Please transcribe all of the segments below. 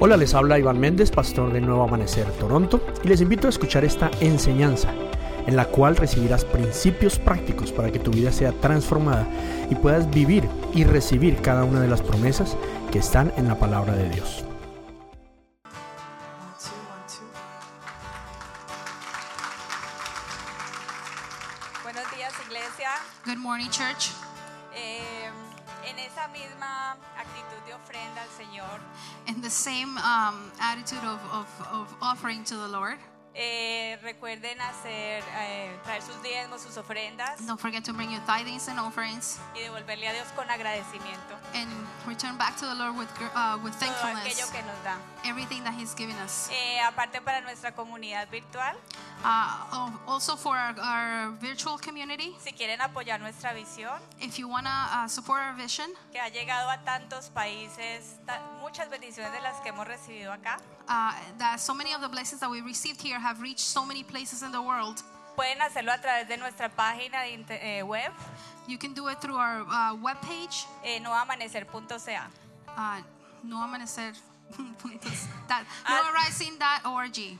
Hola, les habla Iván Méndez, pastor de Nuevo Amanecer Toronto, y les invito a escuchar esta enseñanza en la cual recibirás principios prácticos para que tu vida sea transformada y puedas vivir y recibir cada una de las promesas que están en la palabra de Dios. One, two, one, two. Buenos días, iglesia. Good morning, church. Eh, en esa misma actitud de ofrenda al Señor, In the same um, attitude of, of, of offering to the Lord, eh, recuerden hacer, eh, traer sus diezmos, sus ofrendas don't forget to bring your tithings and offerings y devolverle a Dios con agradecimiento and return back to the Lord with, gr- uh, with todo aquello thankfulness, que nos da. everything that He's given us. Eh, aparte para nuestra comunidad virtual, Uh, al- also, for our, our virtual community, si quieren apoyar nuestra visión, if you want to uh, support our vision, que ha llegado a tantos países, ta- muchas bendiciones de las que hemos recibido acá. uh, that so many of the blessings that we received here have reached so many places in the world. Pueden hacerlo a través de nuestra página de inter- eh, web, You can do it through our uh, webpage, eh, noamanecer.ca. uh, noamanecer.org. noarising.org.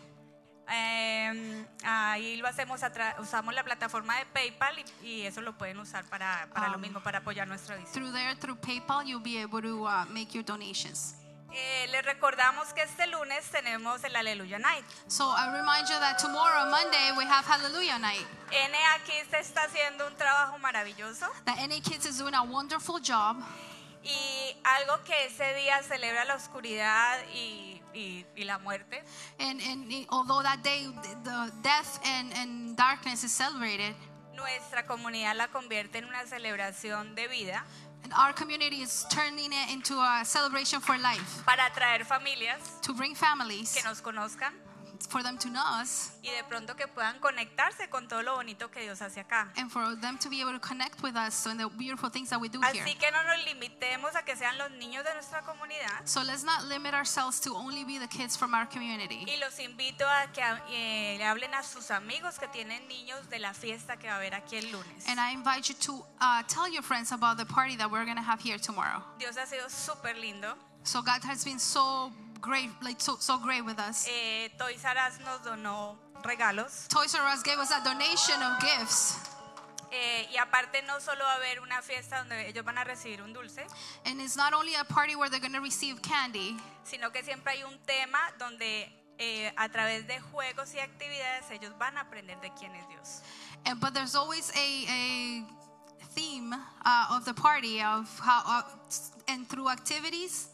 Eh, ahí lo hacemos, a tra- usamos la plataforma de PayPal y, y eso lo pueden usar para, para lo Um, mismo, para apoyar nuestra visión. Through there, through PayPal, you'll be able to uh, make your donations. Eh, les recordamos que este lunes tenemos el Aleluya Night. So I remind you that tomorrow, Monday, we have Hallelujah Night. NA Kids está haciendo un trabajo maravilloso The NA Kids is doing a wonderful job. y algo que ese día celebra la oscuridad y, y- y la muerte, And, and it- although that day the death and, and darkness is celebrated, nuestra comunidad la convierte en una celebración de vida and our community is turning it into a celebration for life para atraer familias to bring families que nos conozcan for them to know us y de pronto que puedan conectarse con todo lo bonito que Dios hace acá. and for them to be able to connect with us and the beautiful things that we do here. Así que no nos limitemos a que sean los niños de nuestra comunidad So let's not limit ourselves to only be the kids from our community. y los invito a que eh, le hablen a sus amigos que tienen niños de la fiesta que va a haber aquí el lunes. And I invite you to uh, tell your friends about the party that we're going to have here tomorrow. Dios ha sido súper lindo. So God has been so great, like so, so great with us. Eh, Toys R Us nos donó regalos Toys R Us gave us a donation of gifts. eh, y aparte no solo va a haber una fiesta donde ellos van a recibir un dulce, And it's not only a party where they're going to receive candy, sino que siempre hay un tema donde eh, a través de juegos y actividades ellos van a aprender de quién es Dios. and, but there's always a, a theme uh, of the party of how, uh, and through activities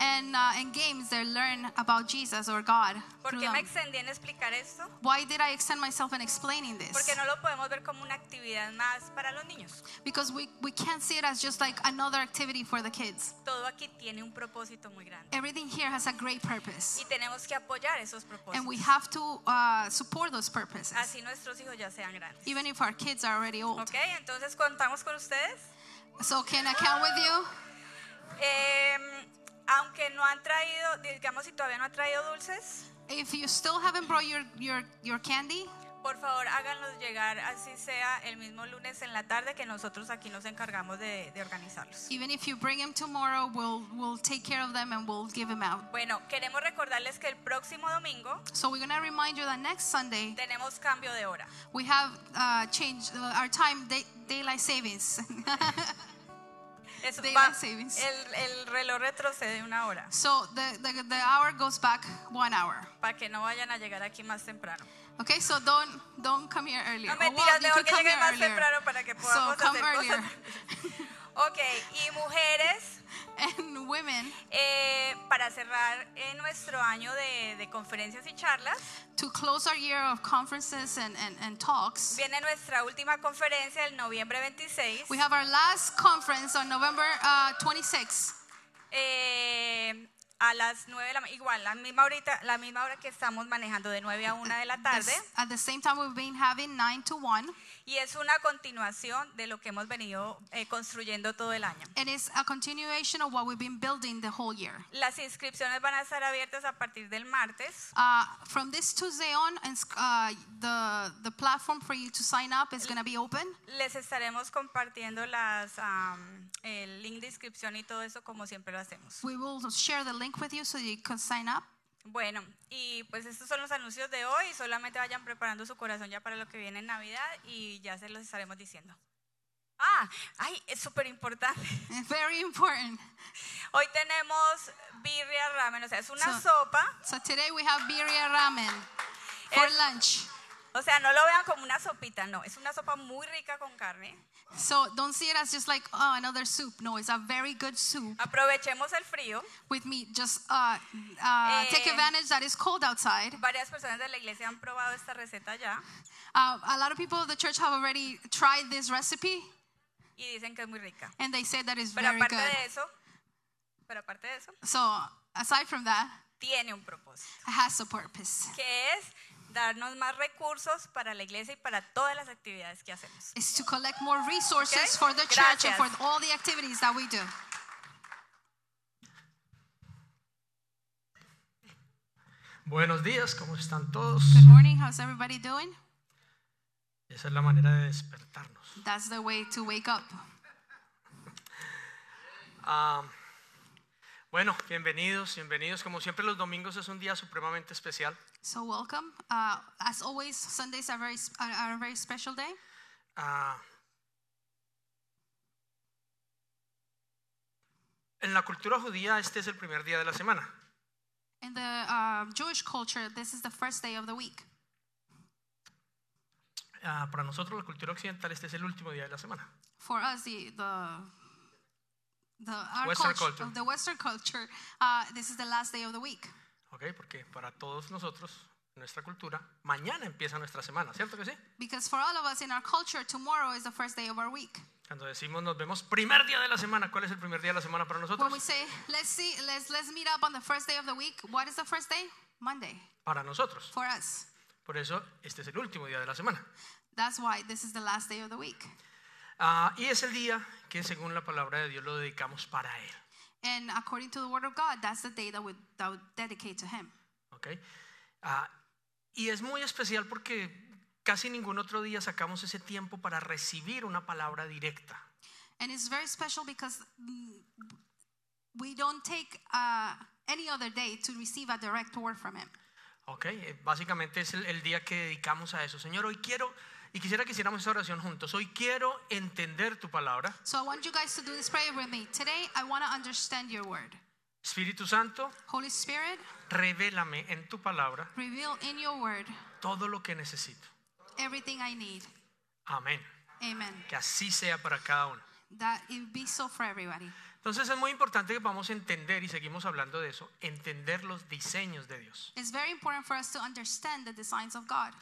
and, uh, and games, they learn about Jesus or God. ¿Por through qué them. me extendí en explicar esto? Why did I extend myself in explaining this? Porque no lo podemos ver como una actividad más para los niños. because we, we can't see it as just like another activity for the kids. Todo aquí tiene un propósito muy grande Everything here has a great purpose, y tenemos que apoyar esos and we propósitos. have to uh, support those purposes, Así nuestros hijos ya sean grandes. even if our kids are already old. Ok, entonces contamos con ustedes. So, can I count with you? Eh, aunque no han traído, digamos si todavía no han traído dulces, If you still haven't brought your, your, your candy, por favor háganlos llegar, así sea el mismo lunes en la tarde que nosotros aquí nos encargamos de, de organizarlos. even if you bring them tomorrow, we'll, we'll take care of them and we'll give them out. Bueno, queremos recordarles que el próximo domingo So, we're going to remind you that next Sunday, tenemos cambio de hora. we have uh, changed uh, our time, day, daylight savings. Eso Daylight va- savings. el, el reloj retrocede una hora so, the, the, the hour goes back one hour. para que no vayan a llegar aquí más temprano. Okay, so don't don't come here earlier. No Oh, well, mentiras, you tengo could que come llegar más here earlier. temprano para que So podamos come hacer earlier. cosas. Ok, y mujeres, and women, eh, para cerrar eh, nuestro año de, de conferencias y charlas, to close our year of conferences and, and, and talks, viene nuestra última conferencia el noviembre 26. we have our last conference on November uh, 26 eh, a las 9 de la ma- igual, la misma, horita- la misma hora que estamos manejando de 9 a 1 de la tarde. This- at the same time, we've been having 9 to 1, Y es una continuación de lo que hemos venido eh, construyendo todo el año. and it's a continuation of what we've been building the whole year. Las inscripciones van a estar abiertas a partir del martes. Uh, from this Tuesday on, and, uh, the, the platform for you to sign up is going to be open. Les estaremos compartiendo las, am, el link de inscripción y todo eso como siempre lo hacemos. We will share the link link with you so you can sign up. Bueno, y pues estos son los anuncios de hoy. Solamente vayan preparando su corazón ya para lo que viene en Navidad y ya se los estaremos diciendo. Ah, ay, es súper importante. It's very important. Hoy tenemos birria ramen, o sea, es una So- sopa. So today we have birria ramen for Es- lunch. O sea, no lo vean como una sopita, no. Es una sopa muy rica con carne. So don't see it as just like oh another soup. No, it's a very good soup Aprovechemos el frío. with meat. Just uh, uh, take Eh. advantage that it's cold outside. Varias personas de la iglesia han probado esta receta ya Uh, a lot of people of the church have already tried this recipe y dicen que es muy rica. and they say that it's Pero very aparte good. de eso, pero aparte de eso, So aside from that, tiene un propósito, it has a purpose. que es darnos más recursos para la iglesia y para todas las actividades que hacemos. It's to collect more resources Okay? for the church and for Gracias. all the activities that we do. Buenos días, ¿cómo están todos? Good morning. How's everybody doing? Esa es la manera de despertarnos. That's the way to wake up. Ah, bueno, bienvenidos, bienvenidos. Como siempre los domingos es un día supremamente especial. So welcome. Uh, as always, Sundays are very s- are, are a very special day. Ah, en la cultura judía este es el primer día de la semana. In the uh, Jewish culture, this is the first day of the week. Ah, para nosotros la cultura occidental este es el último día de la semana. For us, the the the our Western culture, culture. the Western culture, uh, this is the last day of the week. ¿Ok? Porque para todos nosotros, nuestra cultura, mañana empieza nuestra semana, ¿cierto que sí? Because for all of us in our culture, tomorrow is the first day of our week. Cuando decimos nos vemos primer día de la semana, ¿cuál es el primer día de la semana para When we nosotros? say let's see, let's let's meet up on the first day of the week. What is the first day? Monday Para nosotros. for us. Por eso, este es el último día de la semana. That's why this is the last day of the week, Ah, y es el día que, según la palabra de Dios, lo dedicamos para Él. and according to the Word of God, that's the day that we that we dedicate to Him. ¿ok? Ah, y es muy especial porque casi ningún otro día sacamos ese tiempo para recibir una palabra directa. And it's very special because mm, we don't take uh, any other day to receive a direct word from Him. ¿ok? Eh, Básicamente es el, el día que dedicamos a eso. Señor, hoy quiero, y quisiera que hiciéramos esa oración juntos, hoy quiero entender tu palabra. So I want you guys to do this prayer with me. Today, I want to understand your word. Espíritu Santo, Holy Spirit, revélame en tu palabra reveal in your word todo lo que necesito. everything I need. Amén. Amen. Que así sea para cada uno. That it be so for everybody. Entonces es muy importante que podamos entender, y seguimos hablando de eso, entender los diseños de Dios. It's very important for us to understand the designs of God.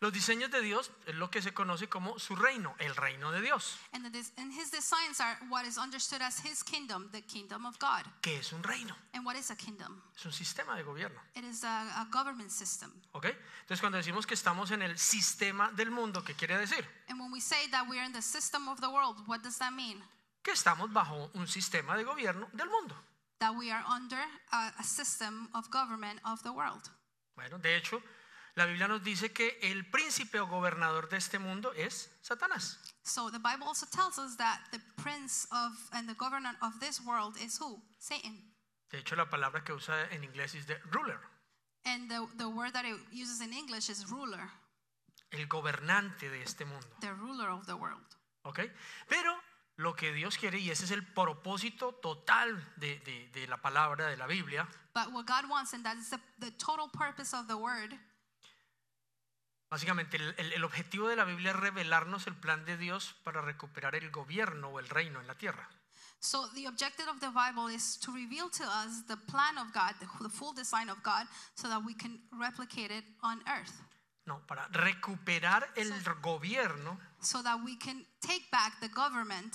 Los diseños de Dios es lo que se conoce como su reino, el reino de Dios, And, the, des- and His designs are what is understood as His kingdom, the kingdom of God. que es un reino, And what is a kingdom? es un sistema de gobierno. It is a, a government system. ¿ok? Entonces cuando decimos que estamos en el sistema del mundo, ¿qué quiere decir? And when we say that we're in the system of the world, what does that mean? Que estamos bajo un sistema de gobierno del mundo. That we are under a, a system of government of the world. Bueno, de hecho, la Biblia nos dice que el príncipe o gobernador de este mundo es Satanás. So the Bible also tells us that the prince of and the governor of this world is who? Satan. De hecho, la palabra que usa en inglés es de ruler, And the, the word that it uses in English is ruler, el gobernante de este mundo. the ruler of the world. ¿Ok? Pero lo que Dios quiere, y ese es el propósito total de, de- de la palabra de la Biblia, But what God wants, and that is the, the total purpose of the word, básicamente el, el- el objetivo de la Biblia es revelarnos el plan de Dios para recuperar el gobierno o el reino en la tierra. So the objective of the Bible is to reveal to us the plan of God, the, the full design of God, so that we can replicate it on earth, No, para recuperar el gobierno, so that we can take back the government.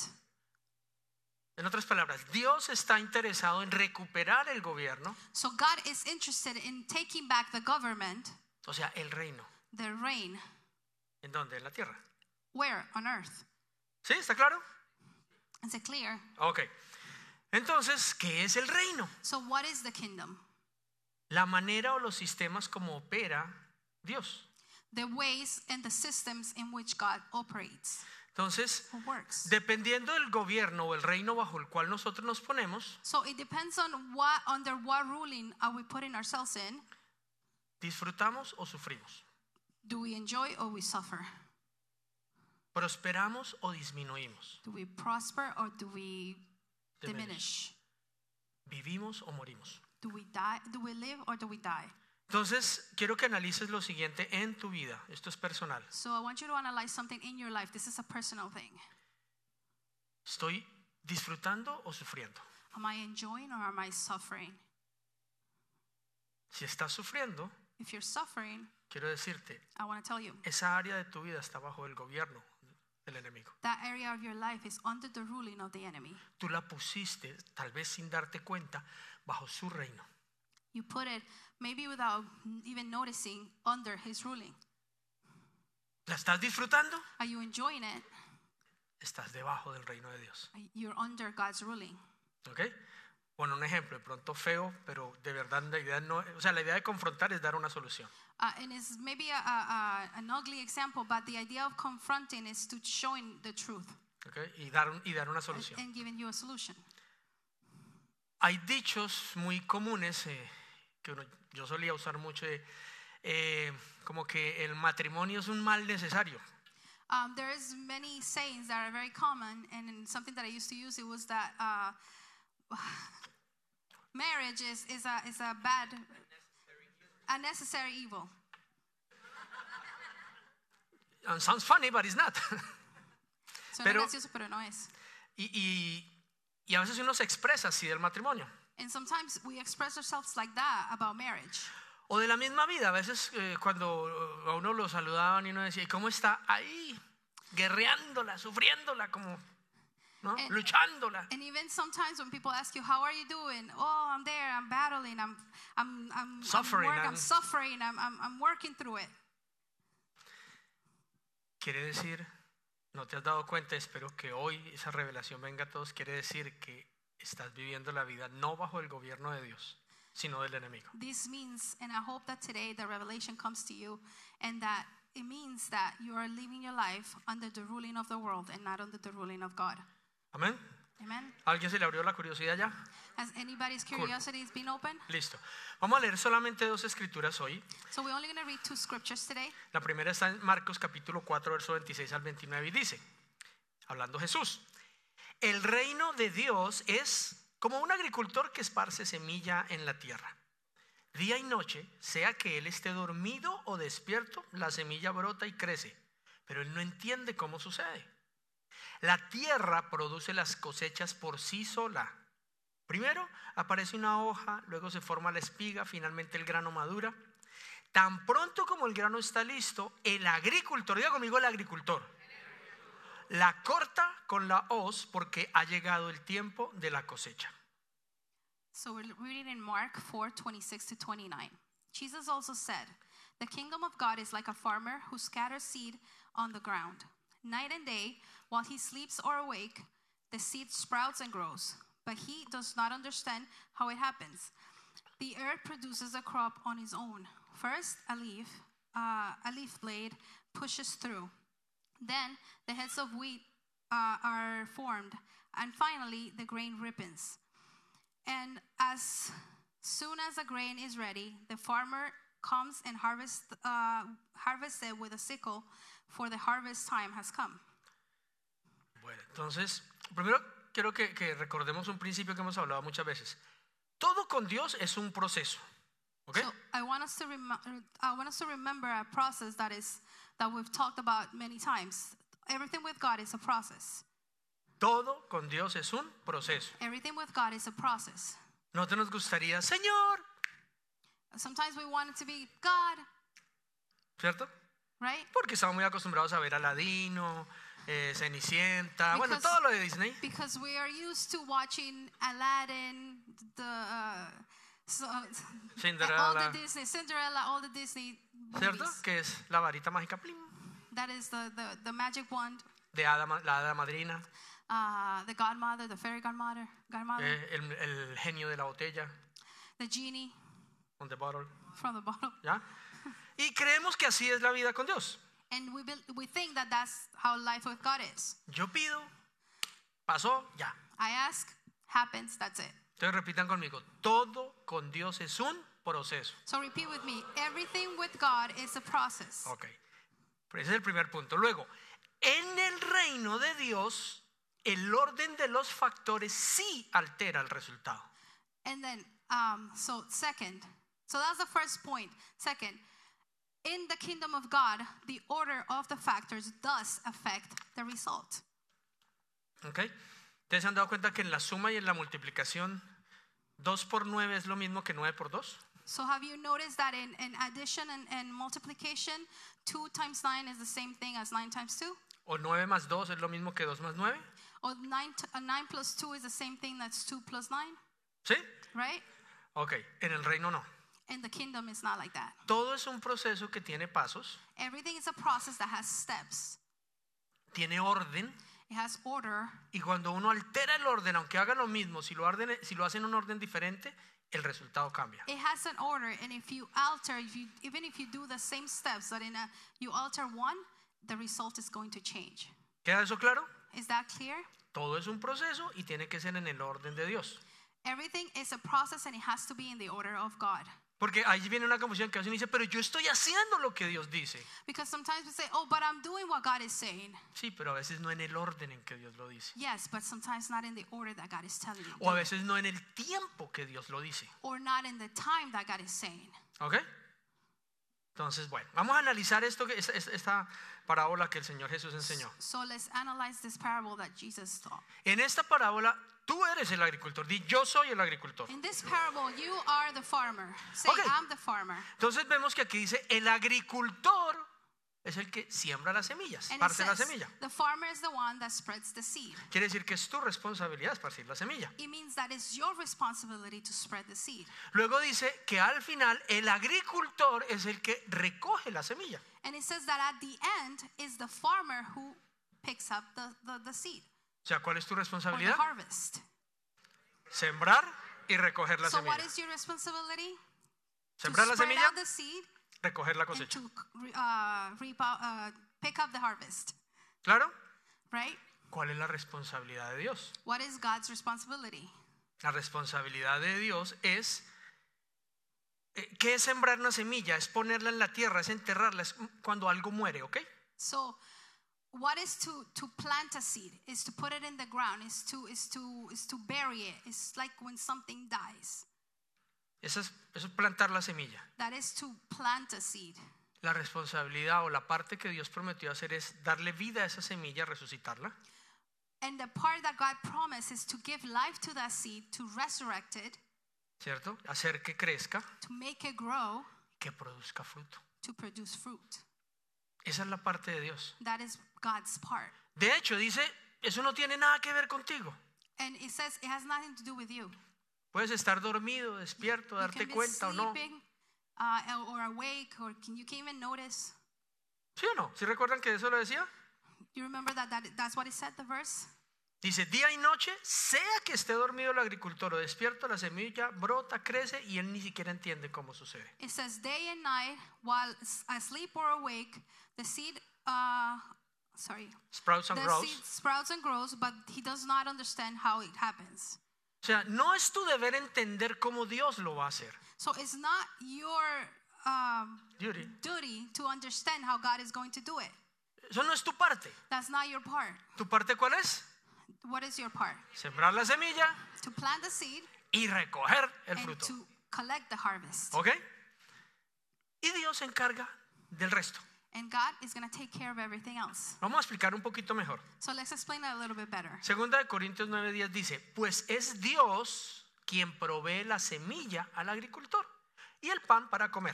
en otras palabras, Dios está interesado en recuperar el gobierno, So God is interested in taking back the government, o sea, el reino. the reign, ¿En dónde? En la tierra. where on earth? ¿Sí? ¿Está claro? Is it clear? Ok. Entonces, ¿qué es el reino? So what is the kingdom? La manera o los sistemas como opera Dios. The ways and the systems in which God operates. Entonces, who works. dependiendo del gobierno o el reino bajo el cual nosotros nos ponemos, So it depends on what under what ruling are we putting ourselves in. disfrutamos o sufrimos, Do we enjoy or we suffer? prosperamos o disminuimos, Do we prosper or do we diminish? vivimos o morimos. Do we die? Do we live or do we die? Entonces, quiero que analices lo siguiente en tu vida, esto es personal. So I want you to analyze something in your life. This is a personal thing. ¿Estoy disfrutando o sufriendo? Am I enjoying or am I suffering? Si estás sufriendo, If you're suffering, quiero decirte, I want to tell you esa área de tu vida está bajo el gobierno del enemigo. that area of your life is under the ruling of the enemy. Tú la pusiste, tal vez sin darte cuenta, bajo su reino. You put it maybe without even noticing under his ruling. ¿La estás disfrutando? Are you enjoying it? Estás debajo del reino de Dios. You're under God's ruling. ¿Ok? Bueno, un ejemplo, de pronto feo, pero de verdad la idea no, o sea, la idea de confrontar es dar una solución. Uh, and it's maybe a, a, a, an ugly example, but the idea of confronting is to showing the truth ¿ok? Y dar, un- y dar una and, solución. and giving you a solution. Hay dichos muy comunes eh, que uno- yo solía usar mucho, de, eh, como que el matrimonio es un mal necesario. Um, there is many sayings that are very common, and in something that I used to use it was that uh, marriage is, is a is a bad, unnecessary evil. And sounds funny, but it's not. Suena Pero- gracioso, pero no es. y, y- y a veces uno se expresa así del matrimonio. And sometimes we express ourselves like that about marriage. O de la misma vida, a veces eh, cuando eh, a uno lo saludaban y uno decía, ¿y cómo está ahí? Guerreándola, sufriéndola, como, ¿no? Eh, Luchándola. And even sometimes when people ask you, "How are you doing?" Oh, I'm there. I'm battling. I'm I'm I'm Suffering, I'm, work, I'm I'm- suffering. I'm, I'm I'm working through it. Quiere decir, no te has dado cuenta, espero que hoy esa revelación venga a todos, quiere decir que estás viviendo la vida no bajo el gobierno de Dios, sino del enemigo. This means, and I hope that today the revelation comes to you, and that it means that you are living your life under the ruling of the world and not under the ruling of God. Amén. Amen. ¿A ¿Alguien se le abrió la curiosidad ya? Has anybody's curiosity has been open? Listo. Vamos a leer solamente dos escrituras hoy. So we're only going to read two scriptures today. La primera está en Marcos capítulo 4, verso 26 al 29 y dice, hablando Jesús, el reino de Dios es como un agricultor que esparce semilla en la tierra. Día y noche, sea que él esté dormido o despierto, la semilla brota y crece, pero él no entiende cómo sucede. La tierra produce las cosechas por sí sola. Primero aparece una hoja, luego se forma la espiga, finalmente el grano madura. Tan pronto como el grano está listo, el agricultor, diga conmigo el agricultor, la corta con la hoz porque ha llegado el tiempo de la cosecha. So we're reading in Mark 4 26 to 29. Jesus also said, The kingdom of God is like a farmer who scatters seed on the ground. Night and day, while he sleeps or awake, the seed sprouts and grows, but he does not understand how it happens. The earth produces a crop on its own. First, a leaf, uh, a leaf blade pushes through. Then the heads of wheat uh, are formed, and finally the grain ripens. And as soon as the grain is ready, the farmer comes and harvests uh, harvests it with a sickle, for the harvest time has come. Bueno, entonces, primero quiero que, que recordemos un principio que hemos hablado muchas veces. Todo con Dios es un proceso. ¿ok? So I want us to rem- I want us to remember a process that is that we've talked about many times. Everything with God is a process. Todo con Dios es un proceso. Everything with God is a process. No te nos gustaría, Señor, Sometimes we want it to be God, ¿cierto? right? Porque estamos muy acostumbrados a ver a Aladino, eh, Cenicienta, bueno, Because- todo lo de Disney. Because we are used to watching Aladdin, the uh, so, all Cinderella. the Disney, Cinderella, all the Disney movies. ¿Cierto? Que es la varita mágica plim, That is the the, the magic wand, de hada ma- la hada madrina, uh, the godmother, the fairy godmother, godmother, eh, el, el genio de la botella, the genie on the bottle, from the bottle. ¿ya? Y creemos que así es la vida con Dios. And we, bel we think that that's how life with God is. Yo pido, pasó, ya. I ask, happens, that's it. Entonces repitan conmigo, todo con Dios es un proceso. So repeat with me everything with God is a process. Ok. Pero ese es el primer punto. Luego, en el reino de Dios, el orden de los factores sí altera el resultado. And then, um, so second, so that's the first point. Second, in the kingdom of God, the order of the factors does affect the result. ¿Ok? Ustedes se han dado cuenta que en la suma y en la multiplicación, 2 por 9 es lo mismo que 9 por 2. So have you noticed that in, in addition and, and multiplication, two times nine is the same thing as nine times two? O 9 más 2 es lo mismo que 2 más 9. Or nine, t- uh, nine plus two is the same thing that's two plus nine, ¿Sí? right? Ok. En el reino no. In the kingdom, it's not like that. Todo es un proceso que tiene pasos, Everything is a process that has steps. tiene orden. It has order, Y cuando uno altera el orden, aunque haga lo mismo, si lo, arden- si lo hace en un orden diferente, el resultado cambia. It has an order, and if you alter, if you, even if you do the same steps, but in a, you alter one, the result is going to change. ¿Queda eso claro? Is that clear? Todo es un proceso y tiene que ser en el orden de Dios. Everything is a process, and it has to be in the order of God. Porque ahí viene una confusión que a veces uno dice, pero yo estoy haciendo lo que Dios dice. Because sometimes we say, "Oh, but I'm doing what God is saying." Sí, pero a veces no en el orden en que Dios lo dice. Yes, but sometimes not in the order that God is telling you, O a veces no en el tiempo que Dios lo dice. or not in the time that God is saying. ¿Ok? Entonces, bueno, vamos a analizar esto, que- esta, esta- esta parábola que el Señor Jesús enseñó. So let's analyze this parable that Jesus taught. En esta parábola, tú eres el agricultor. Di, yo soy el agricultor. In this parable, you are the farmer. Say, Okay. "I'm the farmer," Entonces vemos que aquí dice, el agricultor es el que siembra las semillas, and it parce la says, semilla. "The farmer is the one that spreads the seed." Quiere decir que es tu responsabilidad esparcir la semilla. It means that it's your responsibility to spread the seed. Luego dice que al final el agricultor es el que recoge la semilla. And it says that at the end is the farmer who picks up the, the, the seed O sea, ¿cuál es tu or the responsabilidad? harvest. Sembrar y recoger la So semilla. what is your responsibility? To Sembrar la spread semilla, out the seed recoger la and cosecha. to re- uh, reap out, uh, pick up the harvest, ¿Claro? right? ¿Cuál es la responsabilidad de Dios? What is God's responsibility? La responsabilidad de Dios es... eh, ¿Qué es sembrar una semilla? Es ponerla en la tierra, es enterrarla, es cuando algo muere, ¿ok? So what is to, to plant a seed? Is to put it in the ground. Is to is to is to bury it. It's like when something dies. Eso es- eso es plantar la semilla. That is to plant a seed. La responsabilidad o la parte que Dios prometió hacer es darle vida a esa semilla, resucitarla. And the part that God promised is to give life to that seed, to resurrect it, ¿cierto? Hacer que crezca, to make it grow, que produzca fruto. to produce fruit. Esa es la parte de Dios. That is God's part. De hecho, dice, eso no tiene nada que ver contigo. And it says it has nothing to do with you. Puedes estar dormido, despierto, You darte can be cuenta o no. sleeping uh, or awake, or can, you can't even notice. ¿Sí o no? ¿Sí recuerdan que eso lo decía? You remember that, that that's what it said, the verse? Dice, día y noche, sea que esté dormido el agricultor o despierto, la semilla brota, crece y él ni siquiera entiende cómo sucede. It says, day and night, while s- asleep or awake, the seed, uh, sorry, Sprouts and the grows. seed sprouts and grows, but he does not understand how it happens. O sea, no es tu deber entender cómo Dios lo va a hacer. So it's not your um, Duty. duty to understand how God is going to do it. Eso no es tu parte. That's not your part. ¿Tu parte cuál es? What is your part? Sembrar la semilla To plant the seed y recoger el and fruto. to collect the harvest. ¿Ok? Y Dios se encarga del resto. And God is going to take care of everything else. Vamos a explicar un poquito mejor. So let's explain that a little bit better. Segunda de Corintios 9:10 dice, pues es Dios quien provee la semilla al agricultor y el pan para comer.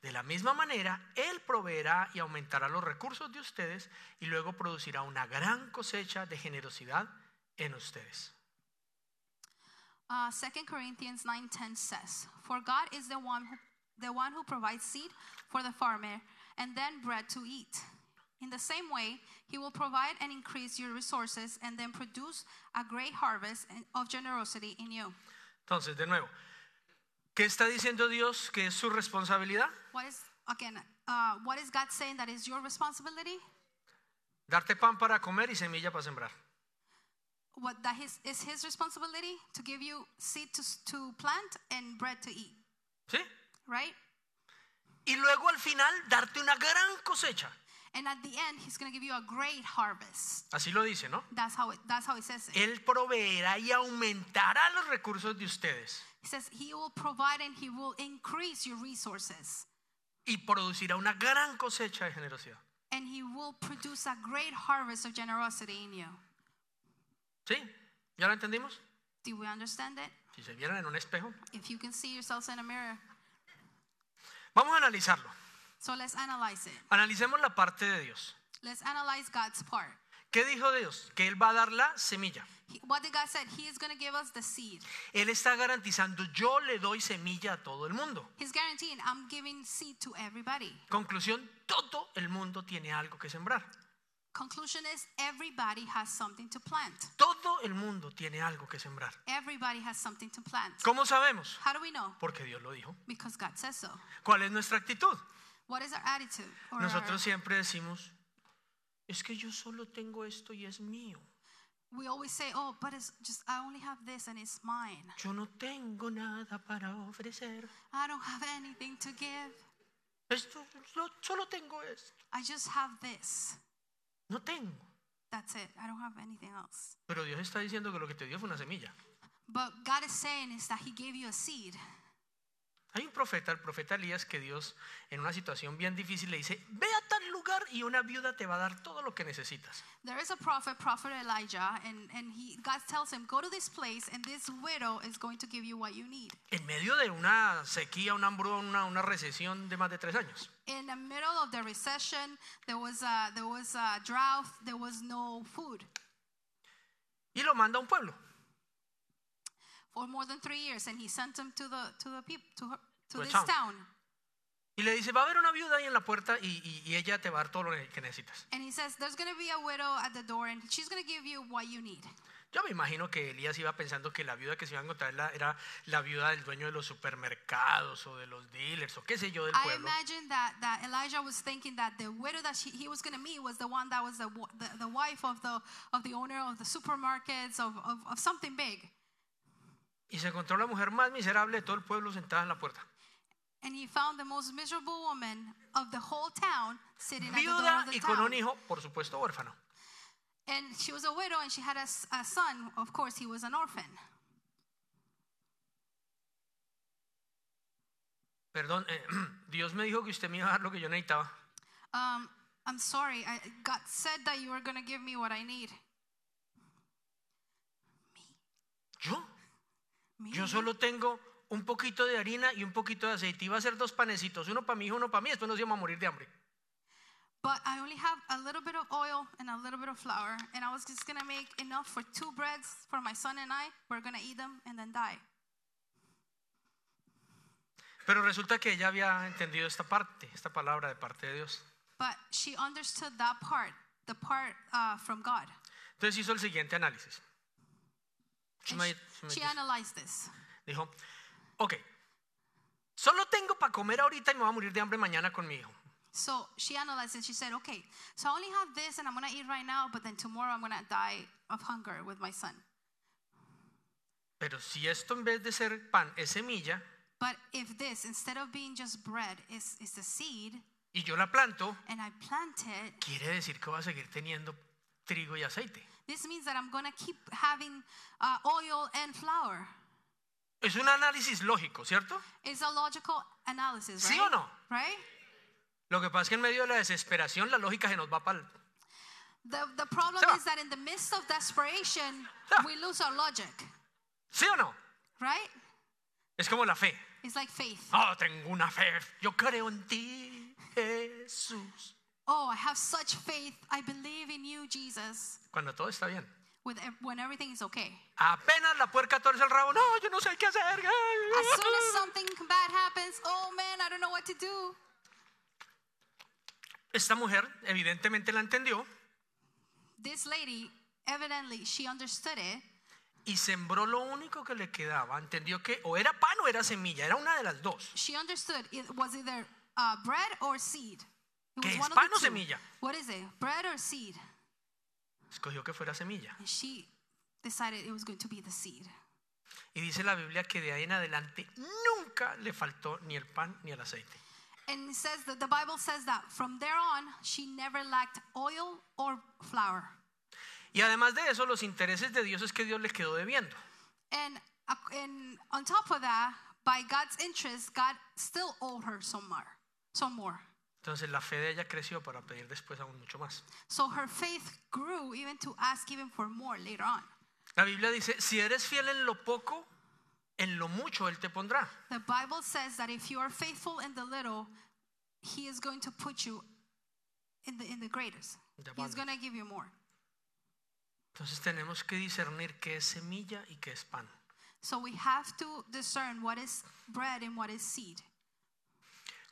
De la misma manera, Él proveerá y aumentará los recursos de ustedes y luego producirá una gran cosecha de generosidad en ustedes. Uh, 2 Corinthians 9:10 says, "For God is the one who, the one who provides seed for the farmer and then bread to eat. In the same way, he will provide and increase your resources and then produce a great harvest and- of generosity in you." Entonces, de nuevo, ¿qué está diciendo Dios que es su responsabilidad? What is Again, uh, what is God saying that is your responsibility? Darte pan para comer y semilla para sembrar. What that his, is His responsibility to give you seed to, s- to plant and bread to eat, ¿Sí? right? Y luego al final darte una gran cosecha. And at the end, He's going to give you a great harvest. Así lo dice, ¿no? That's how it, that's how He says it. Él proveerá y aumentará los recursos de ustedes He says He will provide and He will increase your resources, y producirá una gran cosecha de generosidad. and He will produce a great harvest of generosity in you. ¿Sí? ¿Ya lo entendimos? Do we understand it? Si se vieran en un espejo. If you can see yourselves in a mirror, Vamos a analizarlo. so let's analyze it. Analicemos la parte de Dios. Let's analyze God's part. ¿Qué dijo Dios? Que Él va a dar la semilla. He- what did God said? He is going to give us the seed. Él está garantizando, yo le doy semilla a todo el mundo. He's guaranteeing I'm giving seed to everybody. Conclusión, todo el mundo tiene algo que sembrar. Conclusion is everybody has something to plant. Todo el mundo tiene algo que sembrar. Everybody has something to plant. ¿Cómo sabemos? How do we know? Porque Dios lo dijo. Because God says so. ¿Cuál es nuestra actitud? What is our attitude? Or Nosotros our- siempre decimos, es que yo solo tengo esto y es mío. we always say, "Oh, but it's just I only have this and it's mine. Yo no tengo nada para ofrecer. I don't have anything to give. Esto, lo- solo tengo esto. I just have this. No tengo. That's it. I don't have anything else." Pero Dios está diciendo que lo que te dio fue una semilla. But God is saying is that He gave you a seed. Hay un profeta, el profeta Elías, que Dios en una situación bien difícil le dice, ve a tal lugar y una viuda te va a dar todo lo que necesitas. There is a prophet, prophet Elijah, and, and he God tells him, Go to this place, and this widow is going to give you what you need. En medio de una sequía, una hambruna, una, una recesión de más de tres años. In the middle of the recession, there was a, there was a drought, there was no food Y lo manda a un pueblo. for more than three years, and he sent them to the to the people to her, to To a this town. town, Y le dice, va a haber una viuda ahí en la puerta y, y- y ella te va a dar todo lo que necesitas. and he says, "There's going to be a widow at the door, and she's going to give you what you need." Yo me imagino que Elías iba pensando que la viuda que se iba a encontrar la- era la viuda del dueño de los supermercados o de los dealers o qué sé yo del I pueblo. imagine that, that Elijah was thinking that the widow that she, he was going to meet was the one that was the, wo- the, the wife of the, of the owner of the supermarkets, of, of, of something big. Y se encontró la mujer más miserable de todo el pueblo sentada en la puerta. And he found the most miserable woman of the whole town sitting at the door Viuda of the y con un town. hijo, por supuesto, huérfano. And she was a widow and she had a, s- a son. Of course, he was an orphan. Perdón, eh, Dios me dijo que usted me iba a dar lo que yo necesitaba. Um, I'm sorry, I, God said that you were going to give me what I need. ¿Yo? Me? Yo solo tengo un poquito de harina y un poquito de aceite. Iba a hacer dos panecitos, uno para mi hijo, uno para mí. Después nos íbamos a morir de hambre. But I only have a little bit of oil and a little bit of flour, and I was just gonna make enough for two breads for my son and I. We're gonna eat them and then die. Pero resulta que ella había entendido esta parte, esta palabra de parte de Dios. But she understood that part, the part uh, from God. Entonces hizo el siguiente análisis. She And made- she she, made she this. analyzed this. Dijo, ok, solo tengo para comer ahorita y me voy a morir de hambre mañana con mi hijo. So she analyzed and she said, okay, so I only have this and I'm gonna eat right now, but then tomorrow I'm gonna die of hunger with my son. Pero si esto en vez de ser pan es semilla But if this, instead of being just bread, is, is a seed y yo la planto, and I plant it, quiere decir que va a seguir teniendo trigo y aceite. this means that I'm gonna keep having uh, oil and flour. Es un análisis lógico, ¿cierto? It's a logical analysis, ¿Sí right? o no? Right? Lo que pasa es que en medio de la desesperación la lógica se nos va para The, the problem Sí. is that in the midst of desperation, Sí. we lose our logic, ¿Sí o no? right? Es como la fe. It's like faith. Oh, tengo una fe. Yo creo en ti, Jesús. Oh, I have such faith. I believe in you, Jesus, Cuando todo está bien. with ev- when everything is okay. Apenas la puerca torce el rabo. No, yo no sé qué hacer. As soon as something bad happens, oh man, I don't know what to do. Esta mujer evidentemente la entendió This lady, evidently, she understood it. y sembró lo único que le quedaba. Entendió que o era pan o era semilla, era una de las dos. She understood it was either uh, bread or seed? It ¿Qué was es? one of ¿Pan the o two. semilla? What is it? Bread or seed? Escogió que fuera semilla. And she decided it was going to be the seed. Y dice la Biblia que de ahí en adelante nunca le faltó ni el pan ni el aceite. And it says that the Bible says that from there on, she never lacked oil or flour. Y además de eso, los intereses de Dios es que Dios le quedó debiendo. And, ac- and on top of that, by God's interest, God still owed her some more. Some more. Entonces la fe de ella creció para pedir después aún mucho más. So her faith grew even to ask even for more later on. La Biblia dice, si eres fiel en lo poco, en lo mucho Él te pondrá. The Bible says that if you are faithful in the little, He is going to put you in the in the greatest. The He's going abundance. to give you more. Entonces tenemos que discernir qué es semilla y qué es pan. So we have to discern what is bread and what is seed.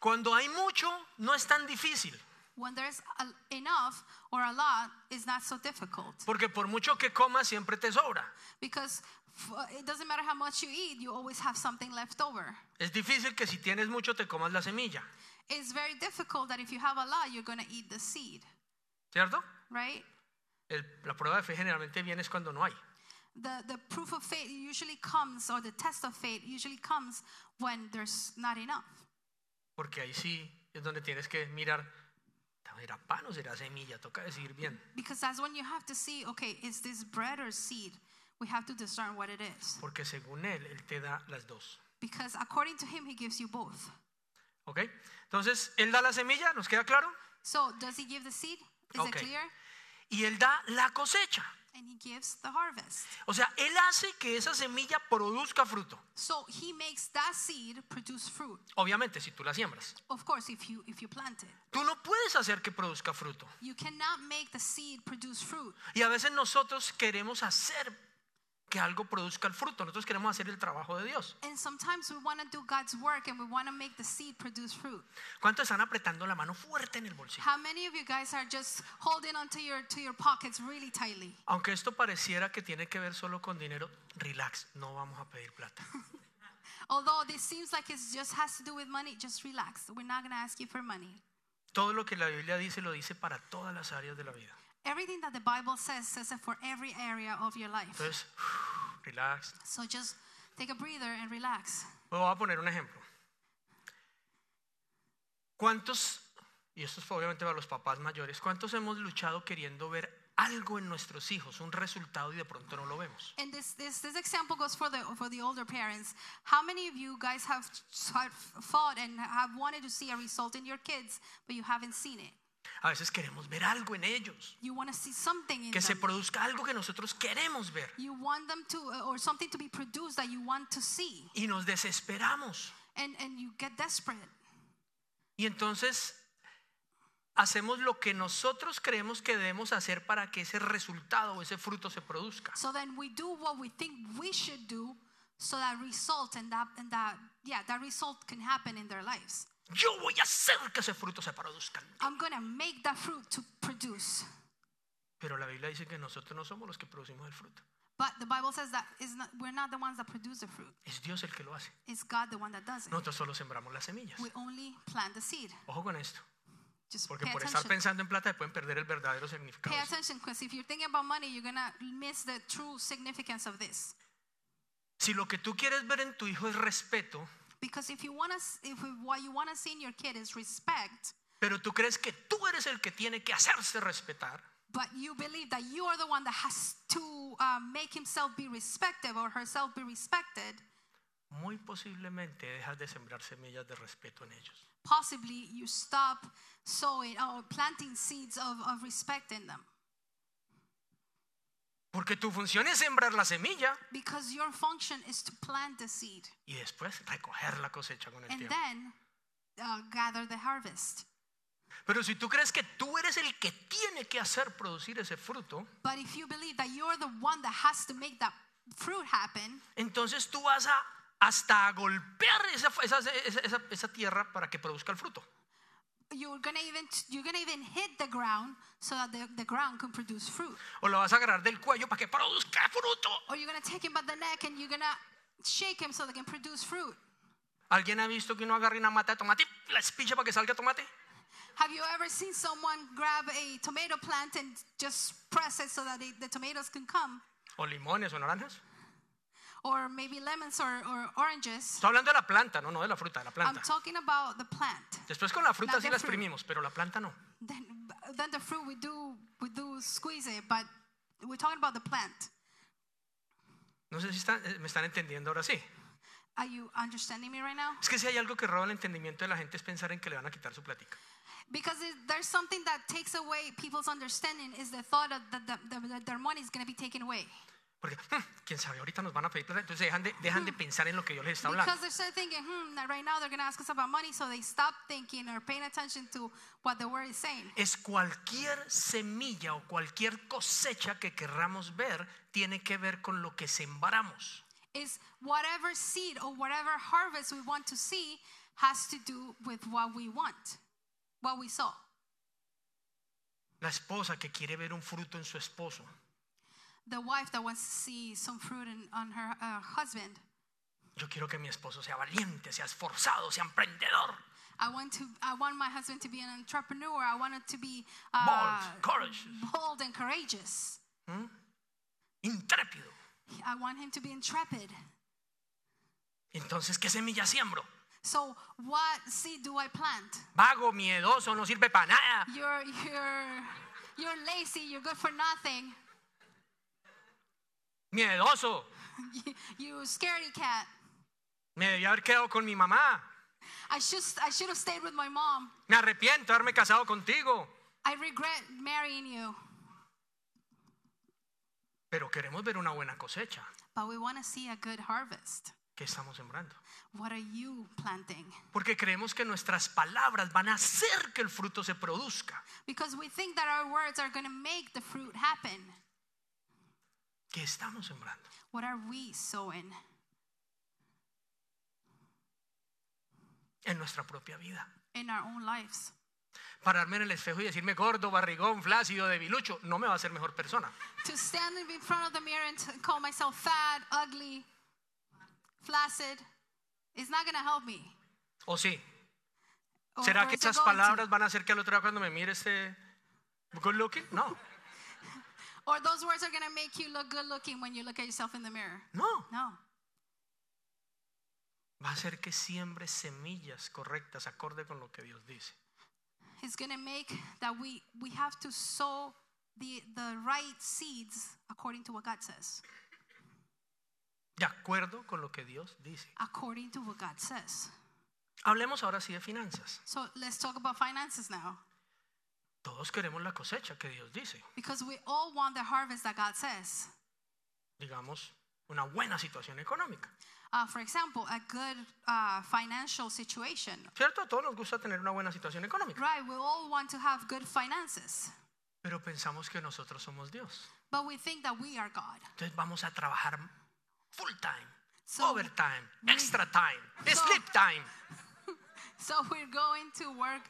Cuando hay mucho, no es tan difícil. When there's a, enough or a lot, it's not so difficult Porque por mucho que comas, siempre te sobra. because f- it doesn't matter how much you eat, you always have something left over. Es difícil que si tienes mucho, te comas la semilla. It's very difficult that if you have a lot, you're going to eat the seed, ¿Cierto? right? El- la prueba de fe generalmente viene es cuando no hay. The, the proof of faith usually comes, or the test of faith usually comes when there's not enough. Porque ahí sí es donde tienes que mirar, ¿será pan o será semilla? Toca decidir bien. Because that's when you have to see, okay, is this bread or seed? We have to discern what it is. Porque según Él, Él te da las dos. Because according to him, he gives you both. ¿Ok? Entonces, Él da la semilla, ¿nos queda claro? So does he give the seed? Is Okay. it clear? Y Él da la cosecha. And he gives the harvest. O sea, Él hace que esa semilla produzca fruto. So he makes that seed produce fruit. Obviamente, si tú la siembras. Of course, if you if you plant it, Tú no puedes hacer que produzca fruto. you cannot make the seed produce fruit. Y a veces nosotros queremos hacer que algo produzca el fruto. Nosotros queremos hacer el trabajo de Dios. And sometimes we want to do God's work and we want to make the seed produce fruit. ¿Cuántos están apretando la mano fuerte en el bolsillo? How many of you guys are just holding onto your to your pockets really tightly? Aunque esto pareciera que tiene que ver solo con dinero, relax, no vamos a pedir plata. Although this seems like it just has to do with money, just relax. We're not going to ask you for money. Todo lo que la Biblia dice lo dice para todas las áreas de la vida. Everything that the Bible says says it for every area of your life. Entonces, relax. So just take a breather and relax. Me voy a poner un ejemplo. ¿Cuántos, y esto es obviamente para los papás mayores, cuántos hemos luchado queriendo ver algo en nuestros hijos, un resultado y de pronto no lo vemos? And this, this, this example goes for the, for the older parents. How many of you guys have, have fought and have wanted to see a result in your kids, but you haven't seen it? A veces queremos ver algo en ellos, You want to see something in que se them. produzca algo que nosotros queremos ver You want them to, or something to be produced that you want to see. y nos desesperamos. And, and you get desperate. Y entonces hacemos lo que nosotros creemos que debemos hacer para que ese resultado o ese fruto se produzca. So then we do what we think we should do so that result and that and that yeah, that result can happen in their lives. Yo voy a hacer que ese fruto se produzca. I'm going to make that fruit to produce. Pero la Biblia dice que nosotros no somos los que producimos el fruto. But the Bible says that is not, we're not the ones that produce the fruit. Es Dios el que lo hace. It's God the one that does it. Nosotros solo sembramos las semillas. We only plant the seed. Ojo con esto, Just porque pay por estar attention. pensando en plata pueden perder el verdadero Pay significado. attention because if you're thinking about money, you're going to miss the true significance of this. Si lo que tú quieres ver en tu hijo es respeto, Because if you want to if what you want to see in your kid is respect, pero tú crees que tú eres el que tiene que hacerse respetar, But you believe that you are the one that has to uh, make himself be respected or herself be respected. muy posiblemente dejas de sembrar semillas de respeto en ellos. Possibly you stop sowing or planting seeds of, of respect in them. Porque tu función es sembrar la semilla Because your function is to plant the seed y después recoger la cosecha con el and tiempo. then uh, gather the harvest. Pero si tú crees que tú eres el que tiene que hacer producir ese fruto, But if you believe that you're the one that has to make that fruit happen, entonces tú vas a hasta a golpear esa, esa- esa- esa- esa tierra para que produzca el fruto. you're gonna even you're gonna even hit the ground so that the, the ground can produce fruit. O lo vas a agarrar del cuello para que produzca fruto. Or you're gonna take him by the neck and you're gonna shake him so they can produce fruit. ¿Alguien ha visto que uno agarra una mata de tomate y la espilla para que salga tomate? Have you ever seen someone grab a tomato plant and just press it so that it, the tomatoes can come? ¿O limones o naranjas? Or maybe lemons or, or oranges? Estoy hablando de la planta, no, no de la fruta, de la I'm planta. talking about the plant. Después con la fruta Not sí the la fruit. exprimimos, pero la planta no. Then, then the fruit we do we do squeeze it, but we're talking about the plant. No sé si están- eh, me están entendiendo ahora sí. Are you understanding me right now? Es que si hay algo que roba el entendimiento de la gente es pensar en que le van a quitar su plática. Because it, there's something that takes away people's understanding is the thought of that the, the, that their money is going to be taken away. Porque, "Hmm, quién sabe, ahorita nos van a pedir plata. Entonces dejan de, dejan de pensar en lo que yo les está hablando. Hmm. Because they're still thinking, hmm, that right now they're going to ask us about money, so they stop thinking or paying attention to what the word is saying. es cualquier semilla o cualquier cosecha que querramos ver tiene que ver con lo que sembramos. Is whatever seed or whatever harvest we want to see has to do with what we want, what we sow. La esposa que quiere ver un fruto en su esposo, The wife that wants to see some fruit in, on her uh, husband. yo quiero que mi esposo sea valiente, sea esforzado, sea emprendedor, I want to. I want my husband to be an entrepreneur. I want it to be bold, uh, courageous, bold and courageous. intrépido. I want him to be intrepid. Entonces, ¿qué semilla siembro? So what seed do I plant? Vago, miedoso, no sirve para nada. You're you're you're lazy. You're good for nothing. Miedoso. You, you scaredy cat. Me debía haber quedado con mi mamá. I should I should have stayed with my mom. Me arrepiento de haberme casado contigo. I regret marrying you. Pero queremos ver una buena cosecha. But we want to see a good harvest. ¿Qué estamos sembrando? What are you planting? Porque creemos que nuestras palabras van a hacer que el fruto se produzca. Because we think that our words are going to make the fruit happen. ¿Qué estamos sembrando? What are we sowing En nuestra propia vida. in our own lives? Pararme en el espejo y decirme gordo, barrigón, flácido, debilucho, no me va a hacer mejor persona. To stand in front of the mirror and to call myself fat, ugly, flaccid, is not going to help me. ¿O sí? Or- ¿Será or que is it esas going to? palabras van a hacer que al otro día cuando me mire este good looking? No, Or those words are going to make you look good looking when you look at yourself in the mirror? no. No. Va a hacer que siembre semillas correctas acorde con lo que Dios dice. It's going to make that we, we have to sow the, the right seeds according to what God says. De acuerdo con lo que Dios dice. According to what God says. Hablemos ahora sí de finanzas. So let's talk about finances now. Todos queremos la cosecha que Dios dice. Because we all want the harvest that God says. digamos, una buena situación económica. Uh, for example, a good uh, financial situation. ¿Cierto? A todos nos gusta tener una buena situación económica, Right, we all want to have good finances, pero pensamos que nosotros somos Dios. but we think that we are God. Entonces vamos a trabajar full time, So- mm. overtime, extra time, sleep time, So we're going to work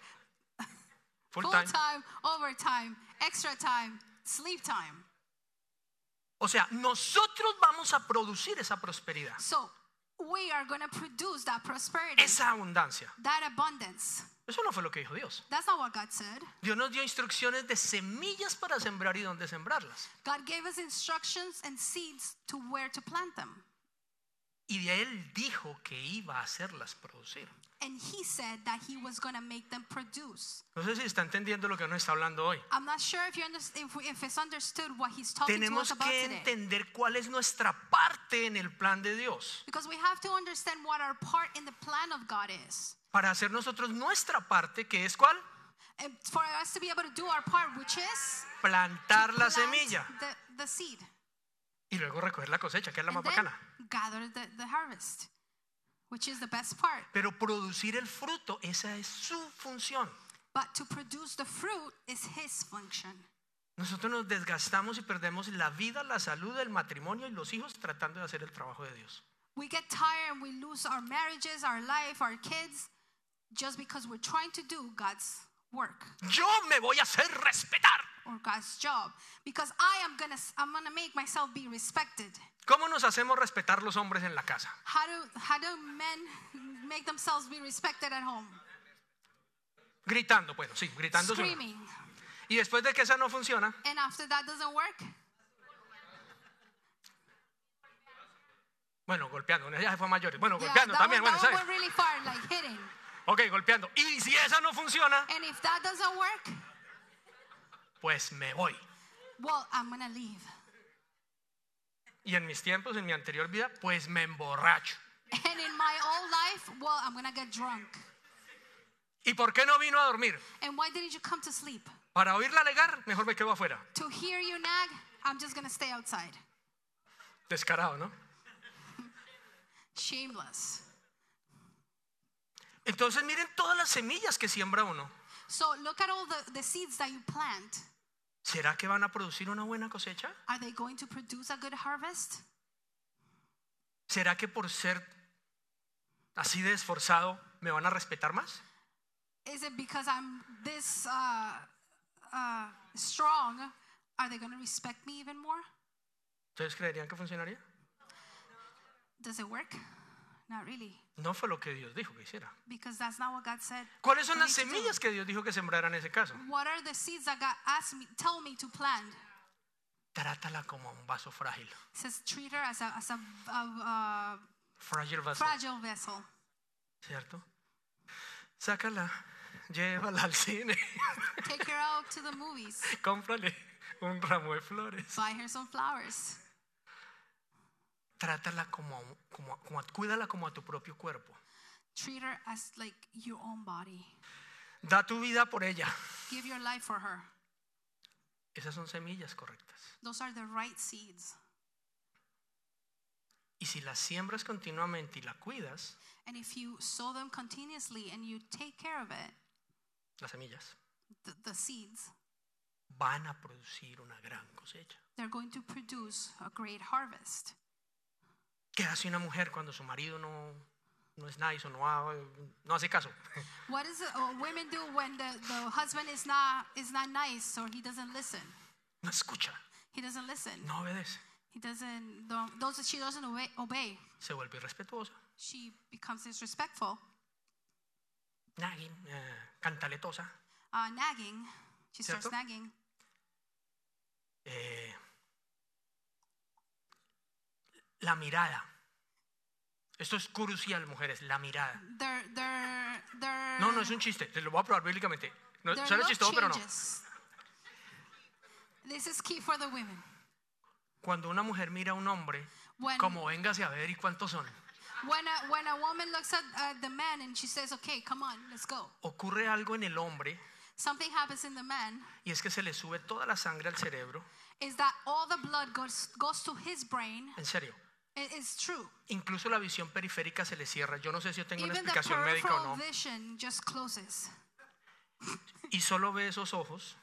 full full time. time, overtime, extra time, sleep time. O sea, nosotros vamos a producir esa prosperidad, So we are going to produce that prosperity, esa abundancia. that abundance. Eso no fue lo que dijo Dios. That's not what God said. Dios nos dio instrucciones de semillas para sembrar y dónde sembrarlas. God gave us instructions and seeds to where to plant them. Y de Él dijo que iba a hacerlas producir. And He said that He was going to make them produce. No sé si está entendiendo lo que nos está hablando hoy. I'm not sure if you understand if, we- if it's understood what he's talking to us Tenemos about que today. entender cuál es nuestra parte en el plan de Dios. Because we have to understand what our part in the plan of God is. Para hacer nosotros nuestra parte, que es cuál? And for us to be able to do our part, which is to Plantar la plant semilla. The, the seed. Y luego recoger la cosecha, que es la más and then bacana. gather the, the harvest, which is the best part. Pero producir el fruto, esa es su función. But to produce the fruit is his function. Nosotros nos desgastamos y perdemos la vida, la salud, el matrimonio y los hijos tratando de hacer el trabajo de Dios. We get tired and we lose our marriages, our life, our kids, just because we're trying to do God's work. Yo me voy a hacer respetar. or God's job because I am gonna I'm gonna make myself be respected. ¿Cómo nos hacemos respetar los hombres en la casa? How do how do men make themselves be respected at home. Gritando, bueno, sí, gritando. suena. Screaming. Y después de que esa no funciona, And after that doesn't work, bueno, golpeando. Una ya se fue a mayores. Bueno, yeah, golpeando that Oh, también, one, bueno, that ¿sabes? one went really far, like hitting. Ok, golpeando. Y si esa no funciona, And if that doesn't work, pues me voy. well, I'm gonna leave. Y en mis tiempos, en mi anterior vida, pues me emborracho. And in my old life, well, I'm gonna get drunk. ¿Y por qué no vino a dormir? And why didn't you come to sleep? Para oírla alegar, mejor me quedo afuera. To hear you nag, I'm just gonna stay outside. Descarado, ¿no? Shameless. Entonces miren todas las semillas que siembra uno. So look at all the, the seeds that you plant. ¿Será que van a producir una buena cosecha? Are they going to produce a good harvest? ¿Será que por ser así de esforzado me van a respetar más? Is it because I'm this uh, uh, strong? Are they gonna respect me even more? ¿Ustedes creerían que funcionaría? Does it work? Not really, No fue lo que Dios dijo que hiciera. because that's not what God said. ¿Cuáles son we las need to do. semillas que Dios dijo que sembrara en ese caso? What are the seeds that God asked me, tell me to plant? Trátala como a un vaso frágil. It says treat her as a, as a uh, Frágil uh, vaso. fragile vessel. ¿Cierto? Sácala, llévala al cine, Take her out to the movies. cómprale un ramo de flores. Buy her some flowers. Trátala como, a un- como, a- como a- cuídala como a tu propio cuerpo. Treat her as like your own body. Da tu vida por ella. Give your life for her. Esas son semillas correctas. Those are the right seeds. Y si las siembras continuamente y la cuidas, And if you sow them continuously and you take care of it, las semillas the, the seeds, van a producir una gran cosecha. they're going to produce a great harvest. ¿Qué hace una mujer cuando su marido no, no es nice o no, ha- no hace caso? What is it oh, women do when the, the husband is not is not nice or he doesn't listen? No escucha, He doesn't listen. no obedece, He doesn't. don't- Those she doesn't obe- obey. se vuelve irrespetuosa, She becomes disrespectful, nagging, eh, cantaletosa, uh, nagging. She starts Cierto. nagging. eh, la mirada. Esto es crucial, mujeres, la mirada. Their their their. No, no es un chiste, te lo voy a probar bíblicamente. No, their suena look chistoso, pero no. changes. This is key for the women. Cuando una mujer mira a un hombre, When como véngase a ver y cuántos son, when a, when a woman looks at uh, the man and she says, "Okay, come on, let's go." ocurre algo en el hombre Something happens in the man y es que se le sube toda la sangre al cerebro. is that all the blood goes goes to his brain. En serio, It is true. incluso la visión periférica se le cierra. Yo no sé si yo tengo una Even the explicación médica o peripheral no. vision just closes, Y solo ve esos ojos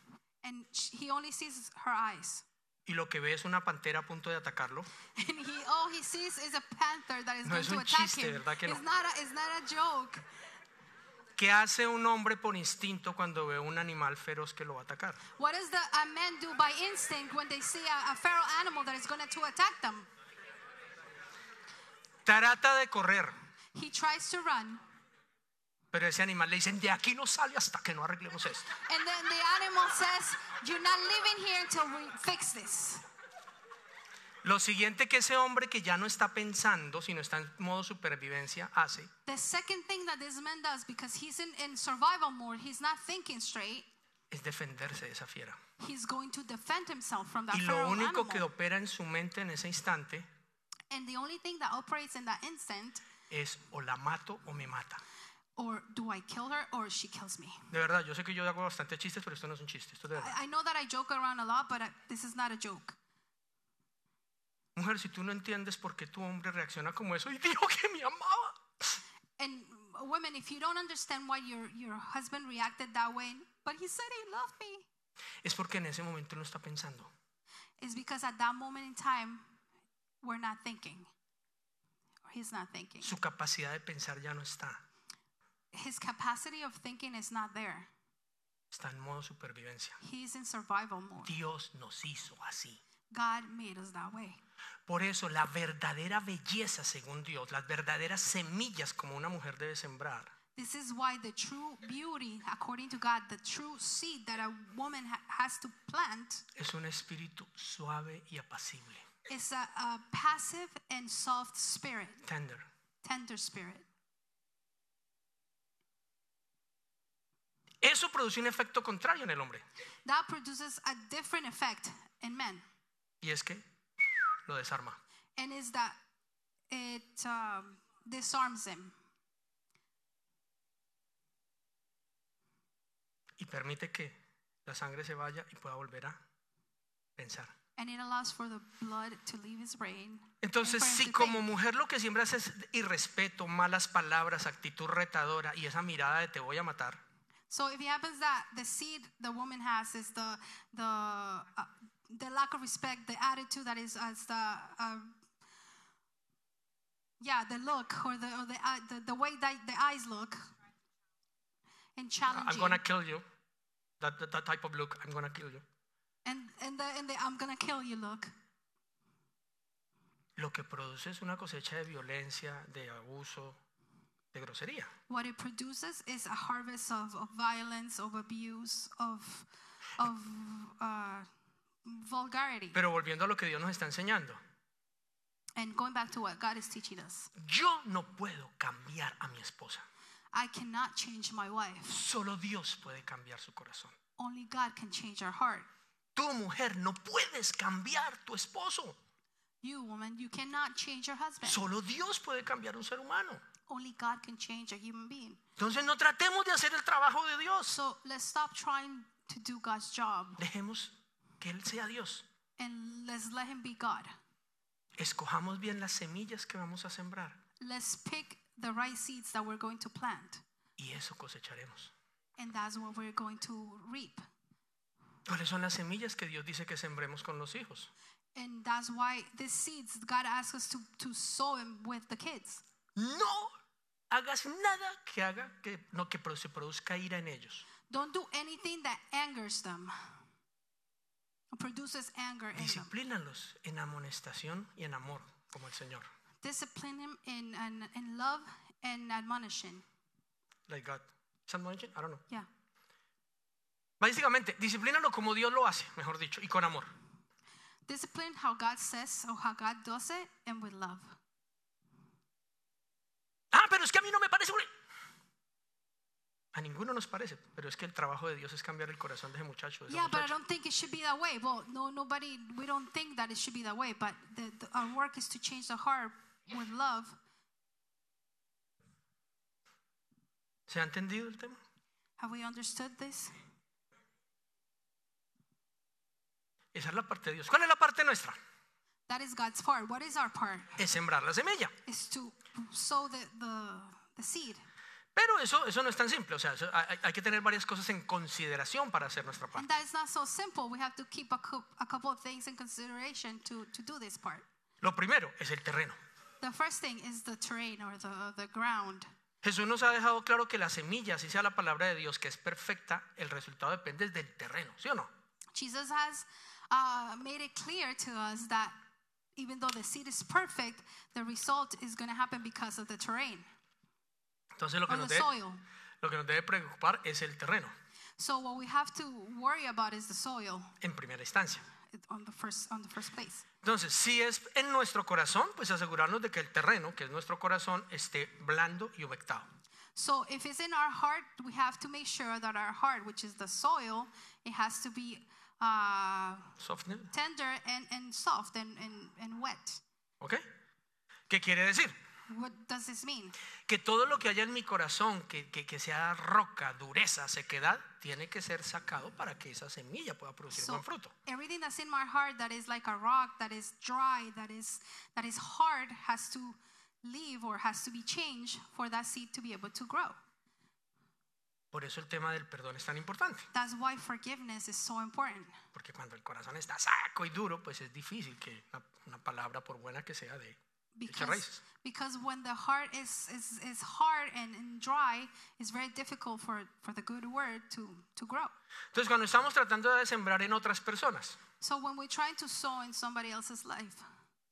and sh- he only sees her eyes. y lo que ve es una pantera a punto de atacarlo. And he, all he sees is a panther that is No going es to un attack chiste, him. ¿verdad que no? It's not. A, it's not a joke. ¿Qué hace un hombre por instinto cuando ve un animal feroz que lo va a atacar? What does the a man do by instinct when they see a, a feral animal that is going to attack them? Trata de correr, He tries to run, pero ese animal le dicen, de aquí no sale hasta que no arreglemos esto. and then the animal says, "You're not leaving here until we fix this." Lo siguiente que ese hombre que ya no está pensando, sino está en modo supervivencia, hace The second thing that this man does, because he's in, in survival mode, he's not thinking straight. es defenderse de esa fiera. He's going to defend himself from that Y lo feral único animal. que opera en su mente en ese instante And the only thing that operates in that instant, es o la mato o me mata. or do I kill her or she kills me? De verdad, yo sé que yo hago bastantes chistes, pero esto no es un chiste, esto es de verdad. I, I know that I joke around a lot, but I, this is not a joke. Mujer, si tú no entiendes por qué tu hombre reacciona como eso y dijo que me amaba, And uh, women, if you don't understand why your, your husband reacted that way, but he said he loved me, es porque en ese momento no está pensando. it's because at that moment in time, we're not thinking. Or he's not thinking. Su capacidad de pensar ya no está, His capacity of thinking is not there. está en modo supervivencia. He's in survival mode. Dios nos hizo así. God made us that way. Por eso la verdadera belleza según Dios, las verdaderas semillas como una mujer debe sembrar, This is why the true beauty, according to God, the true seed that a woman ha- has to plant es un espíritu suave y apacible. is a, a passive and soft spirit, Tender. tender spirit. Eso produce un efecto contrario en el hombre. That produces a different effect in men, Y es que lo desarma. and is that it um, disarms him Y permite que la sangre se vaya y pueda volver a pensar. and it allows for the blood to leave his brain. and Entonces, for him si to como think. mujer lo que siembras es irrespeto, malas palabras, actitud retadora y esa mirada de te voy a matar, So if it happens that the seed the woman has is the the uh, the lack of respect, the attitude that is as the uh, yeah the look or the or the, uh, the the way that the eyes look and I'm challenging gonna kill you. That, that, that type of look, I'm gonna kill you. and and the and the I'm gonna kill you look. Lo que produce es una cosecha de violencia, de abuso, de grosería. What it produces is a harvest of, of violence, of abuse, of of uh, vulgarity. Pero volviendo a lo que Dios nos está enseñando, And going back to what God is teaching us, yo no puedo cambiar a mi esposa. I cannot change my wife. Solo Dios puede cambiar su corazón. Only God can change our heart. Tú, mujer, no puedes cambiar tu esposo. You, woman, you cannot change your husband. Solo Dios puede cambiar un ser humano. Only God can change a human being. Entonces no tratemos de hacer el trabajo de Dios. So let's stop trying to do God's job Dejemos que Él sea Dios. and let's let Him be God. Escojamos bien las semillas que vamos a sembrar Let's pick the right seeds that we're going to plant, y eso cosecharemos. and that's what we're going to reap. ¿Cuáles son las semillas que Dios dice que sembremos con los hijos? And that's why these seeds, God asks us to, to sow them with the kids. No hagas nada que haga que no que pro- se produzca ira en ellos. Don't do anything that angers them, produces anger in them. Disciplínalos en amonestación y en amor, como el Señor. Discipline him in, in, in love and admonition. Like God. Is admonishing? I don't know. Yeah. Básicamente, disciplínalo como Dios lo hace, mejor dicho, y con amor. Discipline how God says or how God does it and with love. Ah, pero es que a mí no me parece. una- A ninguno nos parece, pero es que el trabajo de Dios es cambiar el corazón de ese muchacho. de esa Yeah, but I muchacha. don't think it should be that way. Well, no, nobody, we don't think that it should be that way, but the, the, our work is to change the heart with love. ¿Se ha entendido el tema? Have we understood this? Esa es la parte de Dios. ¿Cuál es la parte nuestra? That is God's part. What is our part? Es sembrar la semilla. Is to sow the, the, the seed. Pero eso, eso no es tan simple. O sea, eso- hay, hay que tener varias cosas en consideración para hacer nuestra And parte. that is not so simple. We have to keep a, cou- a couple of things in consideration to, to do this part. Lo primero es el terreno. The first thing is the terrain or the, the ground. Jesús nos ha dejado claro que la semilla, si sea la palabra de Dios, que es perfecta, el resultado depende del terreno, ¿sí o no? Jesus has uh, made it clear to us that even though the seed is perfect, the result is going to happen because of the terrain Entonces lo que, or the nos debe, soil. lo que nos debe preocupar es el terreno, So what we have to worry about is the soil en primera instancia. on the first on the first place. Entonces, si es en nuestro corazón, pues asegurarnos de que el terreno, que es nuestro corazón, esté blando y humectado. So if it's in our heart, we have to make sure that our heart, which is the soil, it has to be uh, Softness, tender and, and soft and, and, and wet. ¿Ok? ¿Qué quiere decir? What does this mean? Que todo lo que haya en mi corazón, que, que- que sea roca, dureza, sequedad, tiene que ser sacado para que esa semilla pueda producir So buen fruto. everything that's in my heart that is like a rock, that is dry, that is that is hard, has to leave or has to be changed for that seed to be able to grow. Por eso el tema del perdón es tan importante. That's why forgiveness is so important. Porque cuando el corazón está saco y duro, pues es difícil que una, una palabra, por buena que sea, de because, raíces. because when the heart is, is, is hard and, and dry, it's very difficult for, for the good word to, to grow. Entonces, cuando estamos tratando de sembrar en otras personas, So when we're trying to sow in somebody else's life,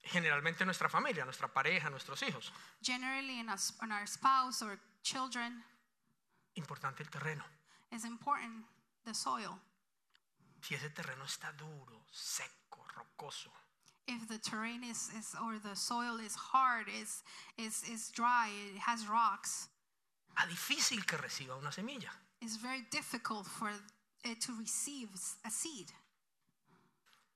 generalmente nuestra familia, nuestra pareja, nuestros hijos, generally in us on our spouse or children, importante el terreno. is important the soil. Si ese terreno está duro, seco, rocoso, If the terrain is, is or the soil is hard, is is is dry, it has rocks, a difícil que reciba una semilla. it's very difficult for it to receive s- a seed.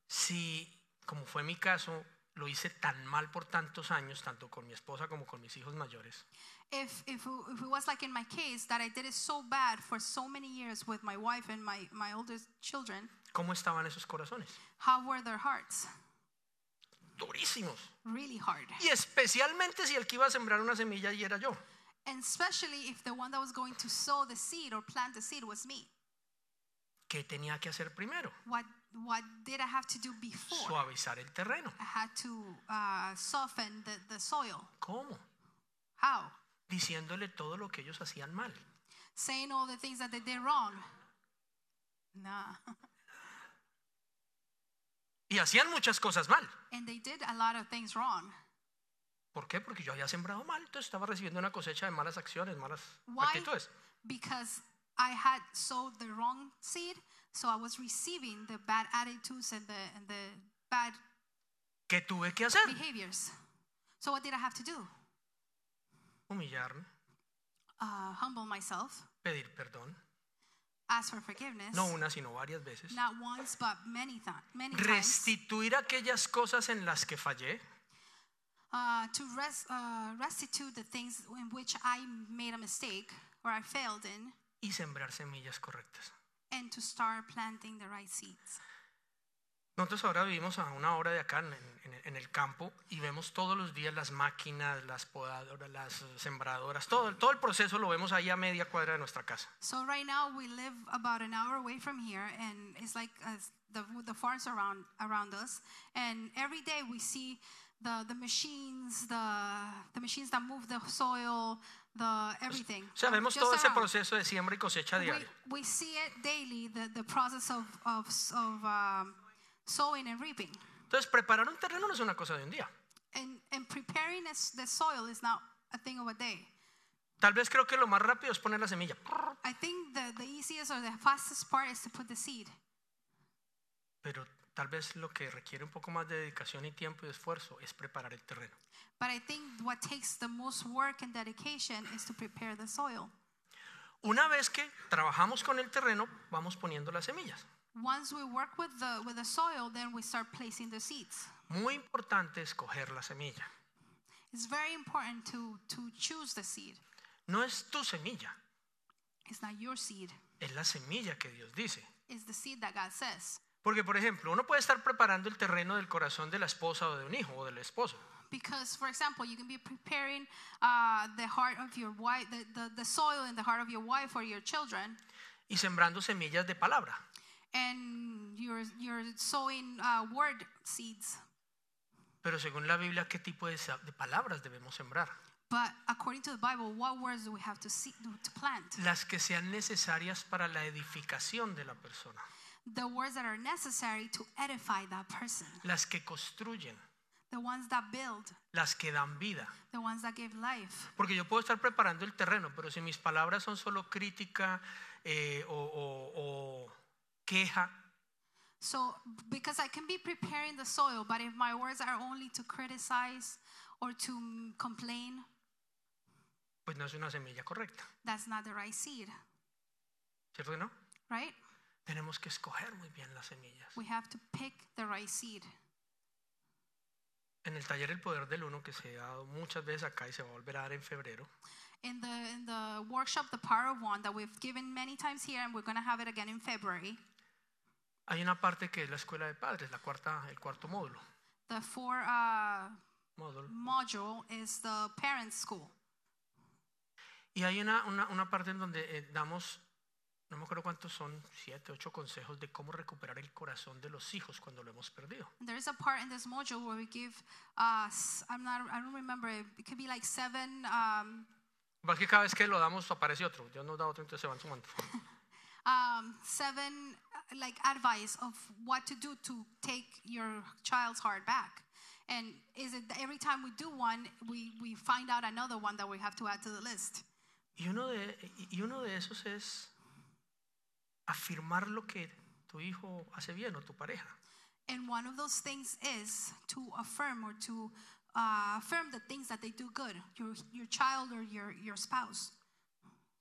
Si, como fue mi caso, lo hice tan mal por tantos años, tanto con mi esposa como con mis hijos mayores, If if it- if it was like in my case that I did it so bad for so many years with my wife and my my older children, ¿cómo estaban esos corazones? how were their hearts? Durísimos. Really hard. Y especialmente si el que iba a sembrar una semilla y era yo. And especially if the one that was going to sow the seed or plant the seed was me. ¿Qué tenía que hacer primero? What what did I have to do before? Suavizar el terreno. I had to uh, soften the, the soil. ¿Cómo? How? Diciéndole todo lo que ellos hacían mal. Saying all the things that they did wrong. Nah. Y hacían muchas cosas mal. And they did a lot of things wrong. ¿Por qué? Porque yo había sembrado mal, entonces estaba recibiendo una cosecha de malas acciones, malas Why? actitudes. Because I had sowed the wrong seed, so I was receiving the bad attitudes and the, and the bad ¿Qué tuve que hacer? behaviors. So what did I have to do? Humillarme, Uh, humble myself, pedir perdón. ask for forgiveness. No una, sino varias veces. Not once, but many, th- many times. Restituir aquellas cosas en las que fallé. uh, to res- uh, restitute the things in which I made a mistake or I failed in, y sembrar semillas correctas. and to start planting the right seeds. Nosotros ahora vivimos a una hora de acá en, en- en el campo y vemos todos los días las máquinas, las podadoras, las eh, sembradoras, todo, todo el proceso lo vemos ahí a media cuadra de nuestra casa. So right now we live about an hour away from here, and it's like uh, the the farms around around us, and every day we see the the machines, the the machines that move the soil, the everything. O sea, vemos Just todo ese around. proceso de siembra y cosecha we, diario. we see it daily, the, the process of, of, of um, sowing and reaping. Entonces, preparar un terreno no es una cosa de un día. And, and preparing the s- the soil is not a thing of a day. Tal vez creo que lo más rápido es poner la semilla, I think the, the easiest or the fastest part is to put the seed. pero tal vez lo que requiere un poco más de dedicación y tiempo y esfuerzo es preparar el terreno. But I think what takes the most work and dedication is to prepare the soil. Una vez que trabajamos con el terreno, vamos poniendo las semillas. Once we work with the, with the soil, then we start placing the seeds. Muy importante escoger la semilla. It's very important to, to choose the seed. No es tu semilla, It's not your seed, es la semilla que Dios dice. it's the seed that God says. Porque, por ejemplo, uno puede estar preparando el terreno del corazón de la esposa o de un hijo o del esposo, Because, for example, you can be preparing uh, the heart of your wife, the, the, the soil in the heart of your wife or your children, y sembrando semillas de palabra. and you're, you're sowing uh, word seeds. Pero según la Biblia, ¿qué tipo de, sa- de palabras debemos sembrar? But according to the Bible, what words do we have to, see, to plant? Las que sean necesarias para la edificación de la persona, The words that are necessary to edify that person, las que construyen, the ones that build, las que dan vida. the ones that give life. Porque yo puedo estar preparando el terreno, pero si mis palabras son solo crítica eh, o- o- o queja, So, because I can be preparing the soil, but if my words are only to criticize or to complain, pues no es una semilla correcta, that's not the right seed, ¿cierto que no? right? Tenemos que escoger muy bien las semillas. We have to pick the right seed. En el taller El Poder del Uno, que se ha dado muchas veces acá y se va a volver a dar en febrero, In the in the workshop, the power of one that we've given many times here, and we're gonna have it again in February. hay una parte que es la escuela de padres, la cuarta, el cuarto módulo. The four uh, módulo. module is the parents' school, Y hay una, una- una parte en donde eh, damos No me acuerdo cuántos son, siete, ocho consejos de cómo recuperar el corazón de los hijos cuando lo hemos perdido. There is a part in this module where we give us, I'm not, I don't remember, it It could be like seven, um, Más que cada vez que lo damos aparece otro. Dios nos da otro, entonces se van sumando. um, seven uh, like advice of what to do to take your child's heart back. And is it that every time we do one, we, we find out another one that we have to add to the list. Y uno de, y uno de esos es afirmar lo que tu hijo hace bien o tu pareja. And one of those things is to affirm or to uh, affirm the things that they do good, your, your child or your, your spouse.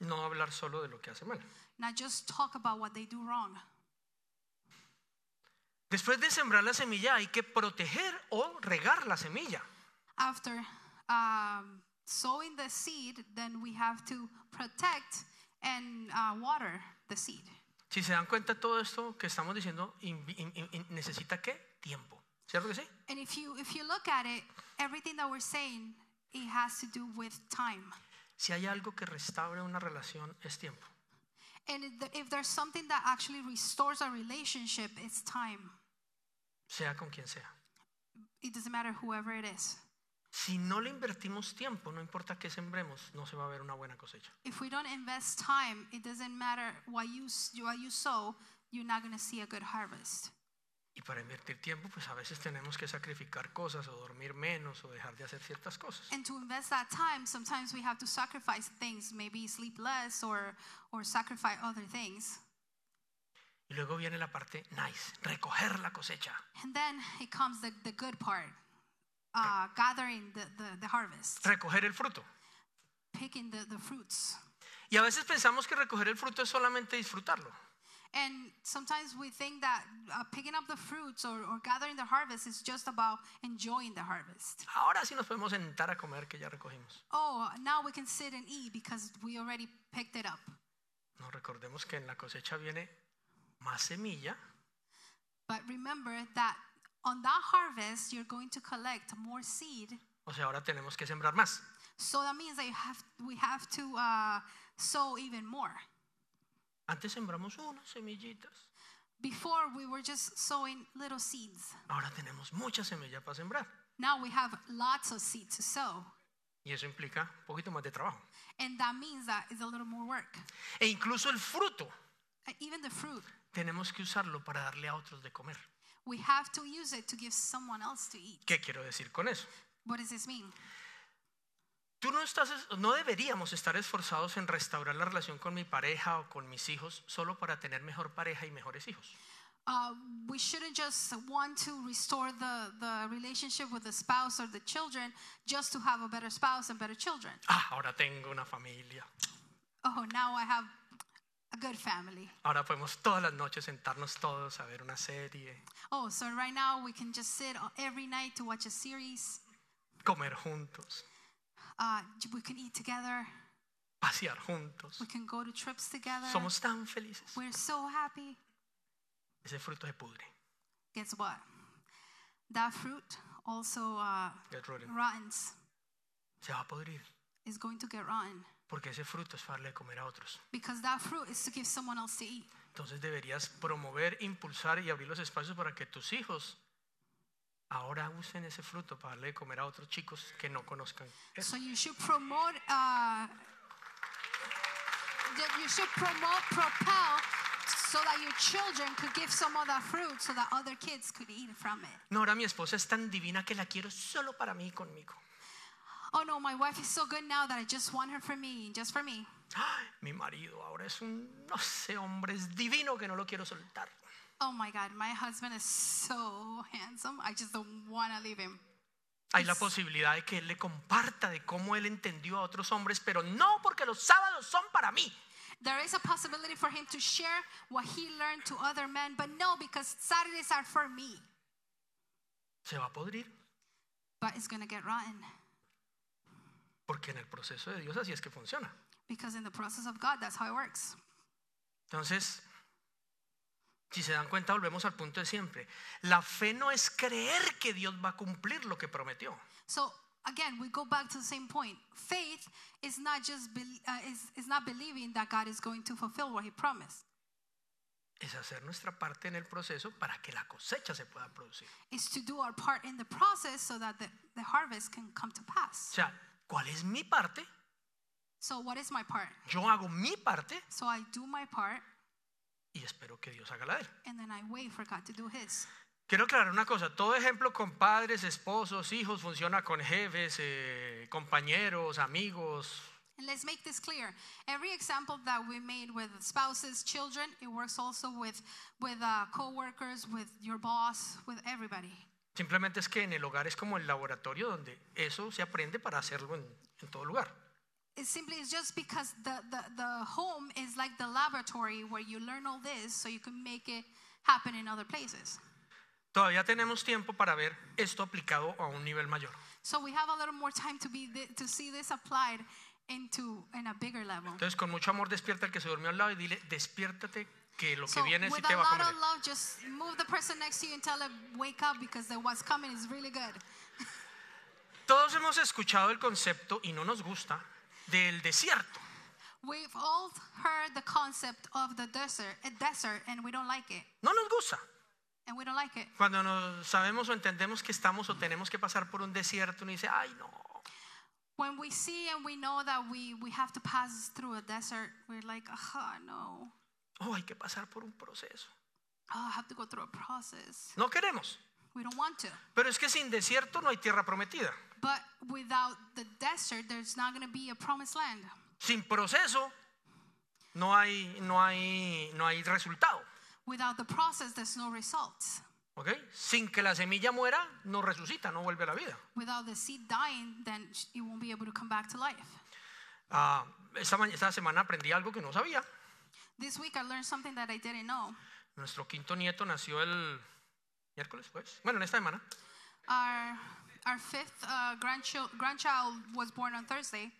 No hablar solo de lo que hace mal. Not just talk about what they do wrong. Después de sembrar la semilla hay que proteger o regar la semilla. After um, sowing the seed, then we have to protect and uh, water the seed. Si se dan cuenta todo esto que estamos diciendo invi- in- in- in- necesita qué? Tiempo. ¿Cierto que sí? And if you if you look at it, everything that we're saying it has to do with time. Si hay algo que restaure una relación es tiempo. And if, the- if there's something that actually restores a relationship, it's time. Sea con quien sea. It doesn't matter whoever it is. Si no le invertimos tiempo, no importa qué sembremos, no se va a ver una buena cosecha. If we don't invest time, it doesn't matter what you s- what you sow, you're not going to see a good harvest. Y para invertir tiempo, pues a veces tenemos que sacrificar cosas o dormir menos o dejar de hacer ciertas cosas. And to invest that time, sometimes we have to sacrifice things, maybe sleep less or or sacrifice other things. Y luego viene la parte nice, recoger la cosecha. And then it comes the, the good part, uh, gathering the, the, the harvest, Recoger el fruto. picking the, the fruits. Y a veces pensamos que recoger el fruto es solamente disfrutarlo. And sometimes we think that uh, picking up the fruits or, or gathering the harvest is just about enjoying the harvest. Ahora sí nos podemos sentar a comer que ya recogimos. Oh, now we can sit and eat because we already picked it up. No recordemos que en la cosecha viene más semilla But remember that on that harvest, you're going to collect more seed. O sea, ahora tenemos que sembrar más. So that means that you have, we have to uh, sow even more. Antes sembramos unas semillitas. Before, we were just sowing little seeds. Ahora tenemos muchas semillas para sembrar. Now we have lots of seed to sow, Y eso implica un poquito más de trabajo. and that means that it's a little more work. E incluso el fruto Uh, Even the fruit, tenemos que usarlo para darle a otros de comer. we have to use it to give someone else to eat. ¿Qué quiero decir con eso? What does this mean? Tú no estás, no deberíamos estar esforzados en restaurar la relación con mi pareja o con mis hijos solo para tener mejor pareja y mejores hijos. Uh, we shouldn't just want to restore the, the relationship with the spouse or the children just to have a better spouse and better children. Ah, ahora tengo una familia. Oh, now I have a good family. Ahora podemos todas las noches sentarnos todos a ver una serie, Oh, so right now we can just sit o- every night to watch a series, comer juntos, uh, we can eat together, pasear juntos. we can go to trips together. Somos tan felices. We're so happy. ese fruto se pudre. guess what? That fruit also uh, get rotten. rottens, Se va a pudrir. is going to get rotten Porque ese fruto es para darle de comer a otros. because that fruit is to give someone else to eat. Entonces deberías promover, impulsar y abrir los espacios para que tus hijos ahora usen ese fruto para darle de comer a otros chicos que no conozcan eso. So you should promote, uh, that you should promote, propel, so that your children could give some of that fruit so that other kids could eat from it. No, ahora mi esposa es tan divina que la quiero solo para mí y conmigo. Oh no, my wife is so good now that I just want her for me, just for me. ¡Ay! Mi marido ahora es un, no sé, hombre, es divino que no lo quiero soltar. Oh my God, my husband is so handsome. I just don't want to leave him. Hay la posibilidad de que él le comparta de cómo él entendió a otros hombres, pero no porque los sábados son para mí. There is a possibility for him to share what he learned to other men, but no, because Saturdays are for me. Se va a podrir. But it's going to get rotten Porque en el proceso de Dios así es que funciona. because in the process of God, that's how it works. Entonces, si se dan cuenta, volvemos al punto de siempre. La fe no es creer que Dios va a cumplir lo que prometió. So again, we go back to the same point. Faith is not just bel uh, is, is not believing that God is going to fulfill what He promised. Es hacer nuestra parte en el proceso para que la cosecha se pueda producir. It's to do our part in the process so that the, the harvest can come to O pass. sea, ¿cuál es mi parte? So what is my part? Yo hago mi parte So I do my part y espero que Dios haga la de él. and then I wait for God to do His. Quiero aclarar una cosa, todo ejemplo con padres, esposos, hijos funciona con jefes, eh, compañeros, amigos. And let's make this clear. Every example that we made with spouses, children, it works also with with uh, coworkers, with your boss, with everybody. Simplemente es que en el hogar es como el laboratorio donde eso se aprende para hacerlo en, en todo lugar. It's simply it's just because the, the the home is like the laboratory where you learn all this, so you can make it happen in other places. Todavía tenemos tiempo para ver esto aplicado a un nivel mayor. So we have a little more time to be thi- to see this applied into in a bigger level. Entonces, con mucho amor despierta al que se durmió al lado y dile, despiértate que lo que So viene sí with te a va a lot comer. of love, just move the person next to you and tell them wake up because the what's coming is really good. Todos hemos escuchado el concepto y no nos gusta del desierto. We've all heard the concept of the desert, a desert, and we don't like it. No nos gusta. And we don't like it. Cuando nos sabemos o entendemos que estamos o tenemos que pasar por un desierto, uno dice, ay no, When we see and we know that we, we have to pass through a desert, we're like, ah, no. oh, hay que pasar por un proceso. Oh, I have to go through a process. No queremos. We don't want to. Pero es que sin desierto no hay tierra prometida. But without the desert, there's not going to be a promised land. Sin proceso no hay, no hay, no hay resultado. Without the process, there's no results. ¿ok? Sin que la semilla muera, no resucita, no vuelve a la vida. Without the seed dying, then sh- it won't be able to come back to life. Ah, esta, ma- esta semana aprendí algo que no sabía. This week, I learned something that I didn't know. Nuestro quinto nieto nació el miércoles, jueves. Bueno, en esta semana. Our our fifth uh, grandchild grandchild was born on Thursday,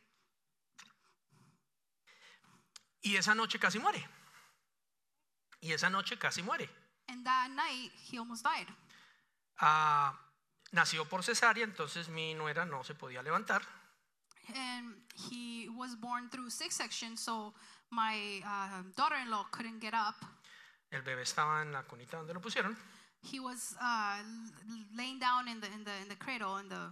Y esa noche casi muere. Y esa noche casi muere. and that night he almost died. Ah, nació por cesárea, entonces mi nuera no se podía levantar. And he was born through C-section, so my uh, daughter-in-law couldn't get up. El bebé estaba en la cunita donde lo pusieron. He was uh, l- laying down in the in the in the cradle in the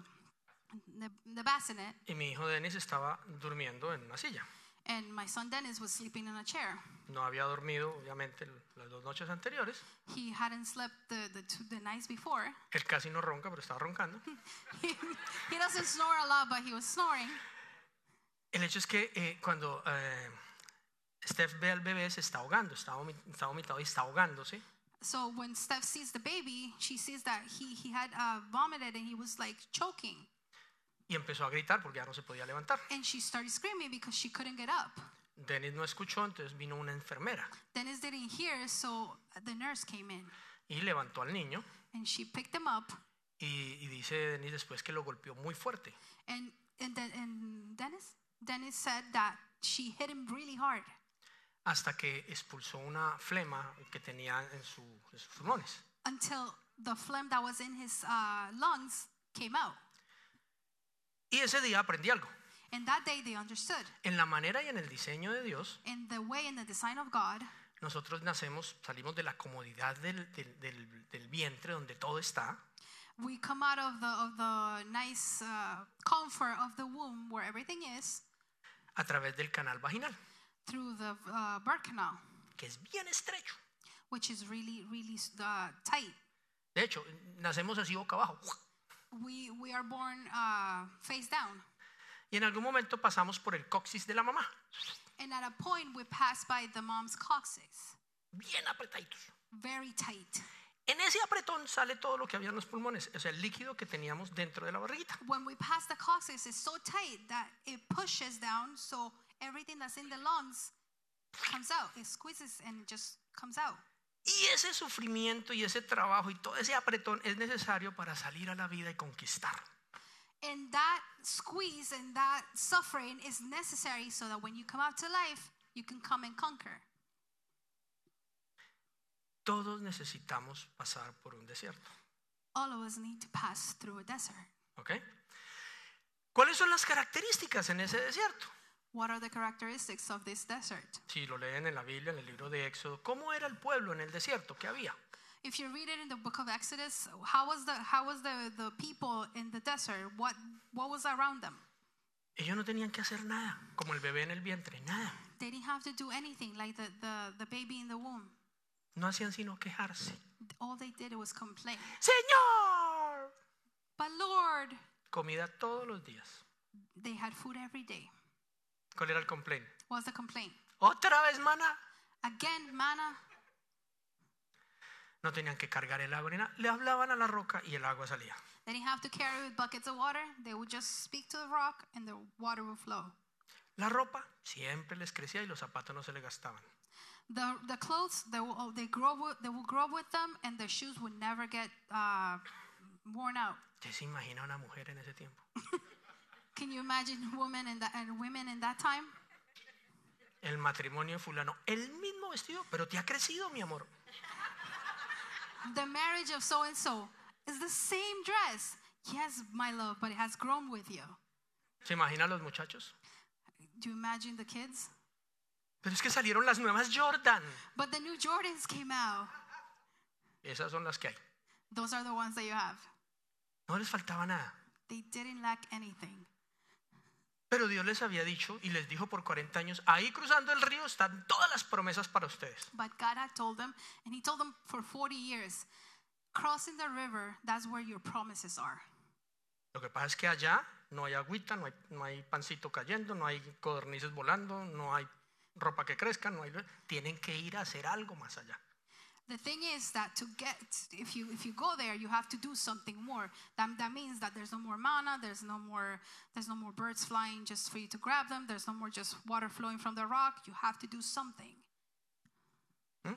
in the, in the bassinet, Y mi hijo Denis estaba durmiendo en una silla. and my son Dennis was sleeping in a chair. No había dormido, obviamente, l- las dos noches anteriores. He hadn't slept the the, two, the nights before. Él casi no ronca, pero estaba roncando. he doesn't snore a lot, but he was snoring. El hecho es que eh, cuando eh, Steph ve al bebé, se está ahogando, está, vomi- está vomitado y está ahogándose. So when Steph sees the baby, she sees that he, he had uh, vomited and he was like choking. Y empezó a gritar porque ya no se podía levantar. And she started screaming because she couldn't get up. Denis no escuchó, entonces vino una enfermera Dennis didn't hear, so the nurse came in y levantó al niño. and she picked him up. Y, y dice Denis después que lo golpeó muy fuerte. And, and, then, and Dennis, Dennis said that she hit him really hard hasta que expulsó una flema que tenía en, su- en sus pulmones. until the phlegm that was in his uh, lungs came out. Y ese día aprendí algo. And that day they understood. En la manera y en el diseño de Dios, In the way and the design of God, nosotros nacemos, salimos de la comodidad del, del- del- del vientre donde todo está we come out of the, of the nice uh, comfort of the womb where everything is. a través del canal vaginal, through the uh, birth canal, que es bien estrecho. which is really, really uh, tight. De hecho, nacemos así boca abajo. We, we are born uh, face down. Y en algún momento pasamos por el coxis de la mamá, And at a point, we pass by the mom's coccyx, bien apretaditos. very tight. En ese apretón sale todo lo que había en los pulmones, o sea, el líquido que teníamos dentro de la barriguita. When we pass the coccyx, it's so tight that it pushes down, so everything that's in the lungs comes out. It squeezes and it just comes out. Y ese sufrimiento y ese trabajo y todo ese apretón es necesario para salir a la vida y conquistar. And that squeeze and that suffering is necessary so that when you come out to life, you can come and conquer. Todos necesitamos pasar por un desierto. All of us need to pass through a desert. ¿Ok? ¿Cuáles son las características en ese desierto? What are the characteristics of this desert? Si lo leen en la Biblia, en el libro de Éxodo, ¿cómo era el pueblo en el desierto? ¿Qué había? If you read it in the book of Exodus, how was the how was the, the people in the desert? What what was around them? Ellos no tenían que hacer nada, como el bebé en el vientre, nada. They didn't have to do anything like the, the, the baby in the womb. No hacían sino quejarse. All they did was complain. Señor, But Lord, comida todos los días. they had food every day. ¿Cuál era el complaint? What's the complaint? Otra vez, mana. Again, manna. No tenían que cargar el agua ni nada. Le hablaban a la roca y el agua salía. They didn't have to carry with buckets of water. They would just speak to the rock and the water would flow. La ropa siempre les crecía y los zapatos no se les gastaban. The, the clothes, they will, they, grow, with- they will grow with them and their shoes would never get uh, worn out. ¿Usted se imagina una mujer en ese tiempo? Can you imagine women in that, and women in that time? El matrimonio de fulano, el mismo vestido, pero te ha crecido, mi amor. The marriage of so and so is the same dress. Yes, my love, but it has grown with you. ¿Se imaginan los muchachos? Do you imagine the kids? Pero es que salieron las nuevas Jordan. But the new Jordans came out. Esas son las que hay. Those are the ones that you have. No les faltaba nada. They didn't lack anything. Pero Dios les había dicho y les dijo por 40 años, ahí cruzando el río están todas las promesas para ustedes. But God had told them, and He told them for 40 years, crossing the river, that's where your promises are. Lo que pasa es que allá no hay agüita, no hay, no hay pancito cayendo, no hay codornices volando, no hay ropa que crezca, no hay... Tienen que ir a hacer algo más allá. The thing is that to get, if you if you go there, you have to do something more. That, that means that there's no more manna, there's no more there's no more birds flying just for you to grab them. There's no more just water flowing from the rock. You have to do something. La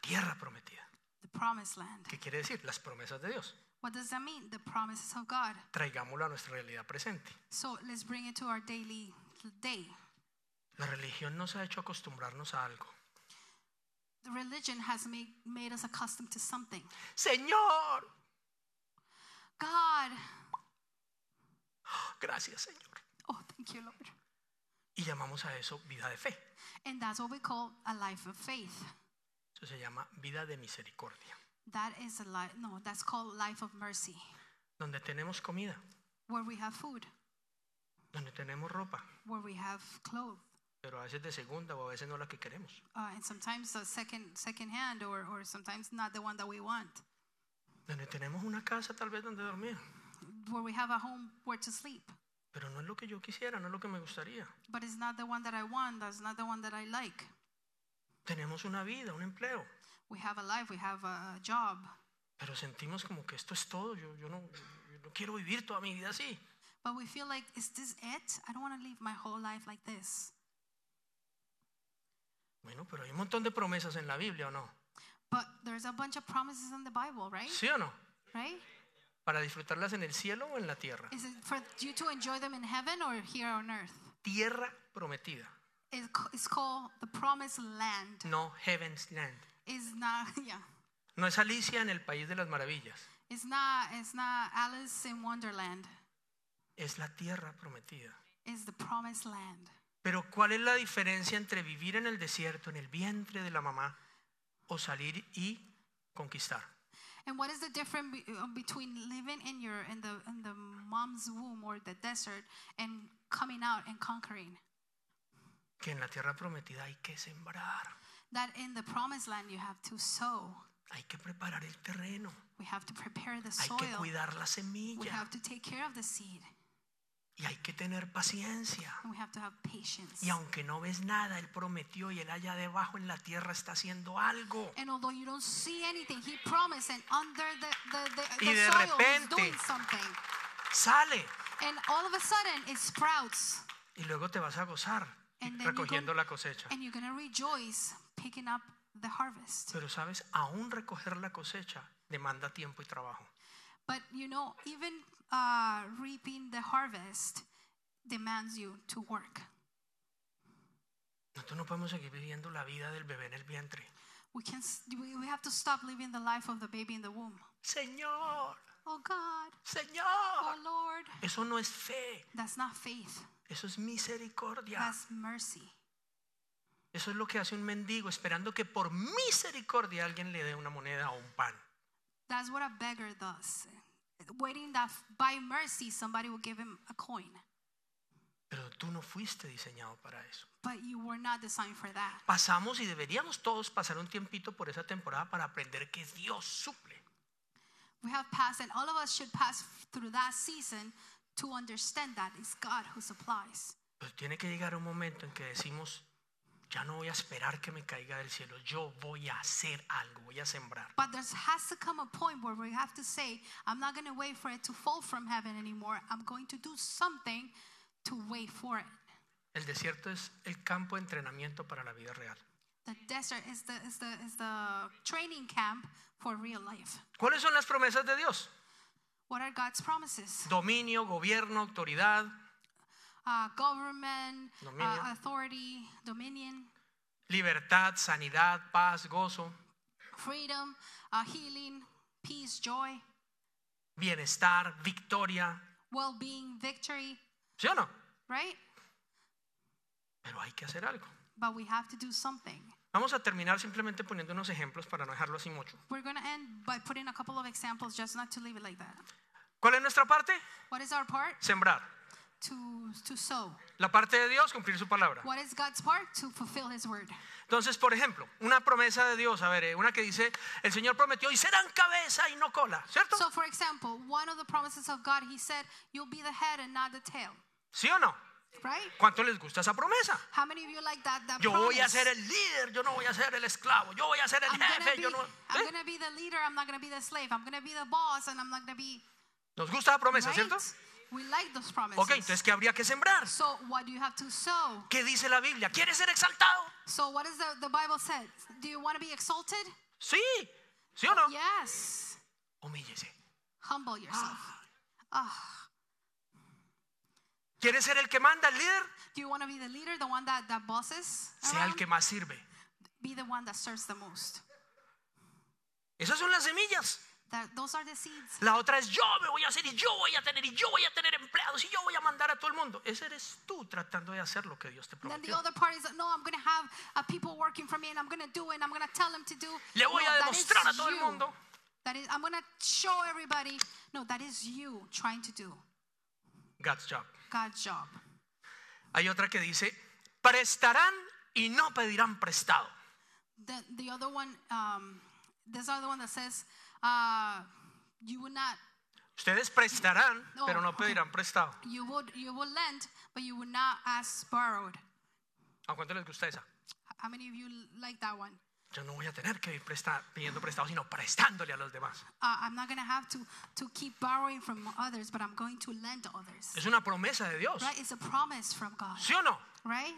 tierra prometida. The promised land. ¿Qué quiere decir? Las promesas de Dios. What does that mean? The promises of God. Traigámoslo a nuestra realidad presente. So let's bring it to our daily day. La religión nos ha hecho acostumbrarnos a algo. The religion has made, made us accustomed to something. Señor, God, gracias Señor. oh, thank you, Lord. Y llamamos a eso vida de fe. And that's what we call a life of faith. Eso se llama vida de misericordia. That is a life, no, that's called life of mercy, Donde tenemos comida, where we have food, donde tenemos ropa, where we have clothes, pero a veces de segunda o a veces no la que queremos. uh, and sometimes a second, second hand or, or sometimes not the one that we want, Donde tenemos una casa tal vez donde dormir, where we have a home where to sleep, pero no es lo que yo quisiera, no es lo que me gustaría. but it's not the one that I want, that's not the one that I like. Tenemos una vida, un empleo, We have a life, we have a, a job, pero sentimos como que esto es todo. Yo, yo, no, yo no quiero vivir toda mi vida así. but we feel like, is this it? I don't want to live my whole life like this. Bueno, pero hay un montón de promesas en la Biblia, ¿o no? But there's a bunch of promises in the Bible, right? ¿Sí o no? Right? Para disfrutarlas en el cielo o en la tierra. Is it for you to enjoy them in heaven or here on earth? Tierra prometida, It- It's called the promised land. no heaven's land. It's not, yeah. No es Alicia en el País de las Maravillas, It's not, it's not Alice in Wonderland. es la tierra prometida. It's the promised land. Pero ¿cuál es la diferencia entre vivir en el desierto, en el vientre de la mamá, o salir y conquistar? And what is the difference be- uh, between living in your in the in the mom's womb or the desert and coming out and conquering? Que en la tierra prometida hay que sembrar, That in the promised land you have to sow. hay que preparar el terreno, We have to prepare the hay que soil. cuidar la We semilla have to take care of the seed. y hay que tener paciencia. And we have to have patience. Y aunque no ves nada, Él prometió y Él allá debajo en la tierra está haciendo algo. And although you don't see anything, he promised, and under the, the, the, Y the de soil, he's repente- doing something. Sale And all of a sudden, it sprouts, y luego te vas a gozar And then you recogiendo go- la cosecha. and you're going to rejoice picking up the harvest. Pero sabes, aún recoger la cosecha demanda tiempo y trabajo. But you know, even uh, reaping the harvest demands you to work. Nosotros no podemos seguir viviendo la vida del bebé en el vientre. We, can, s- we we have to stop living the life of the baby in the womb. Señor, Oh God, oh Señor, Lord. eso no es fe, That's not faith. eso es misericordia. That's mercy. Eso es lo que hace un mendigo esperando que por misericordia alguien le dé una moneda o un pan. That's what a beggar does. Waiting that by mercy somebody will give him a coin. Pero tú no fuiste diseñado para eso. But you were not designed for that. Pasamos y deberíamos todos pasar un tiempito por esa temporada para aprender que Dios suple. We have passed, and all of us should pass through that season to understand that it's God who supplies. Pero tiene que llegar un momento en que decimos, ya no voy a esperar que me caiga del cielo, yo voy a hacer algo, voy a sembrar. But there has to come a point where we have to say, I'm not going to wait for it to fall from heaven anymore. I'm going to do something to wait for it. El desierto es el campo de entrenamiento para la vida real. The desert is the, is the, is the training camp for real life. ¿Cuáles son las promesas de Dios? What are God's promises? Dominio, gobierno, autoridad, Uh, government, Dominio. uh, authority, dominion, libertad, sanidad, paz, gozo, freedom, uh, healing, peace, joy, bienestar, victoria. well being, victory, ¿Sí o no? right? Pero hay que hacer algo. But we have to do something. Vamos a terminar simplemente poniendo unos ejemplos para no dejarlo así mucho. We're going to end by putting a couple of examples just not to leave it like that. ¿Cuál es nuestra parte? What is our part? Sembrar. To, to sow. La parte de Dios, cumplir su palabra. What is God's part? To fulfill His word. Entonces, por ejemplo, una promesa de Dios, a ver, eh, una que dice, el Señor prometió y serán cabeza y no cola, ¿cierto? So, for example, one of the promises of God, He said, You'll be the head and not the tail, ¿Sí o no? right? ¿Cuánto les gusta esa promesa? How many of you like that? that Yo voy a promise? ser el líder, yo no voy a ser el esclavo, yo voy a ser el I'm gonna, jefe, be, yo no... ¿eh? I'm ¿Sí? gonna be the leader. I'm not gonna be the slave. I'm gonna be the boss, and I'm not gonna be. Nos gusta esa promesa, right? Pues ¿cierto? We like those promises. Ok, entonces, ¿qué habría que sembrar? so what do you have to sow? ¿Qué dice la Biblia? ¿Quieres ser exaltado? So what is the the Bible said? Do you want to be exalted? Sí, ¿sí o no? Yes. Humíllese. Humble yourself. Ah. ¿Quieres ser el que manda, el líder? Do you want to be the leader, the one that that bosses? Sea el around? que más sirve. Be the one that serves the most. Esas son las semillas. That those are the seeds. La otra es yo me voy a hacer y yo voy a tener y yo voy a tener empleados y yo voy a mandar a todo el mundo. Ese eres tú tratando de hacer lo que Dios te And then the prometió. other part is that, no, I'm going to have uh, people working for me, and I'm going to do it, and I'm going to tell them to do. Le voy no, a that is demostrar a todo el you. mundo. That is, I'm gonna show everybody. No, that is you trying to do God's job. God's job. Hay otra que dice, prestarán y no pedirán prestado. The the other one, um, this other one that says, uh, you would not, Ustedes prestarán, No. pero no pedirán prestado. you would, you would lend, but you would not ask borrowed. ¿A cuánto les gusta esa? How many of you like that one? Yo no voy a tener que ir presta- pidiendo prestado, sino prestándole a los demás. Uh, I'm not gonna have to to keep borrowing from others, but I'm going to lend to others. Es una promesa de Dios. Right? It's a promise from God. ¿Sí o no? Right?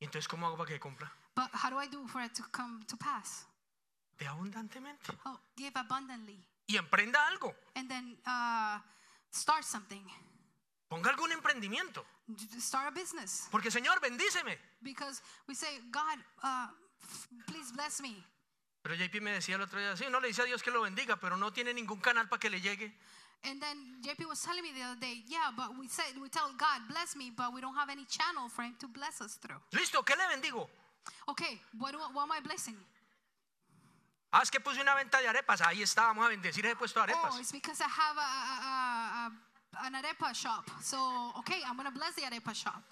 ¿Y entonces cómo hago para que cumpla? But how do I do for it to come to pass? De abundantemente. Oh, give abundantly, Y emprenda algo. and then uh, start something. Ponga algún emprendimiento. d- d- start a business Porque Señor, bendíceme. because we say, God, uh, f- please bless me. Pero JP me decía el otro día, sí, no le dice a Dios que lo bendiga, pero no tiene ningún canal para que le llegue. And then JP was telling me the other day, yeah, but we said we tell God bless me, but we don't have any channel for Him to bless us through. Listo, ¿qué le bendigo? Okay, what, do, I- what am I blessing? Ah, es que puse una venta de arepas. Ahí está, vamos a bendecir ese puesto de Oh, arepas. it's because I have a, a, a, a, an arepa shop. So okay, I'm gonna bless the arepa shop.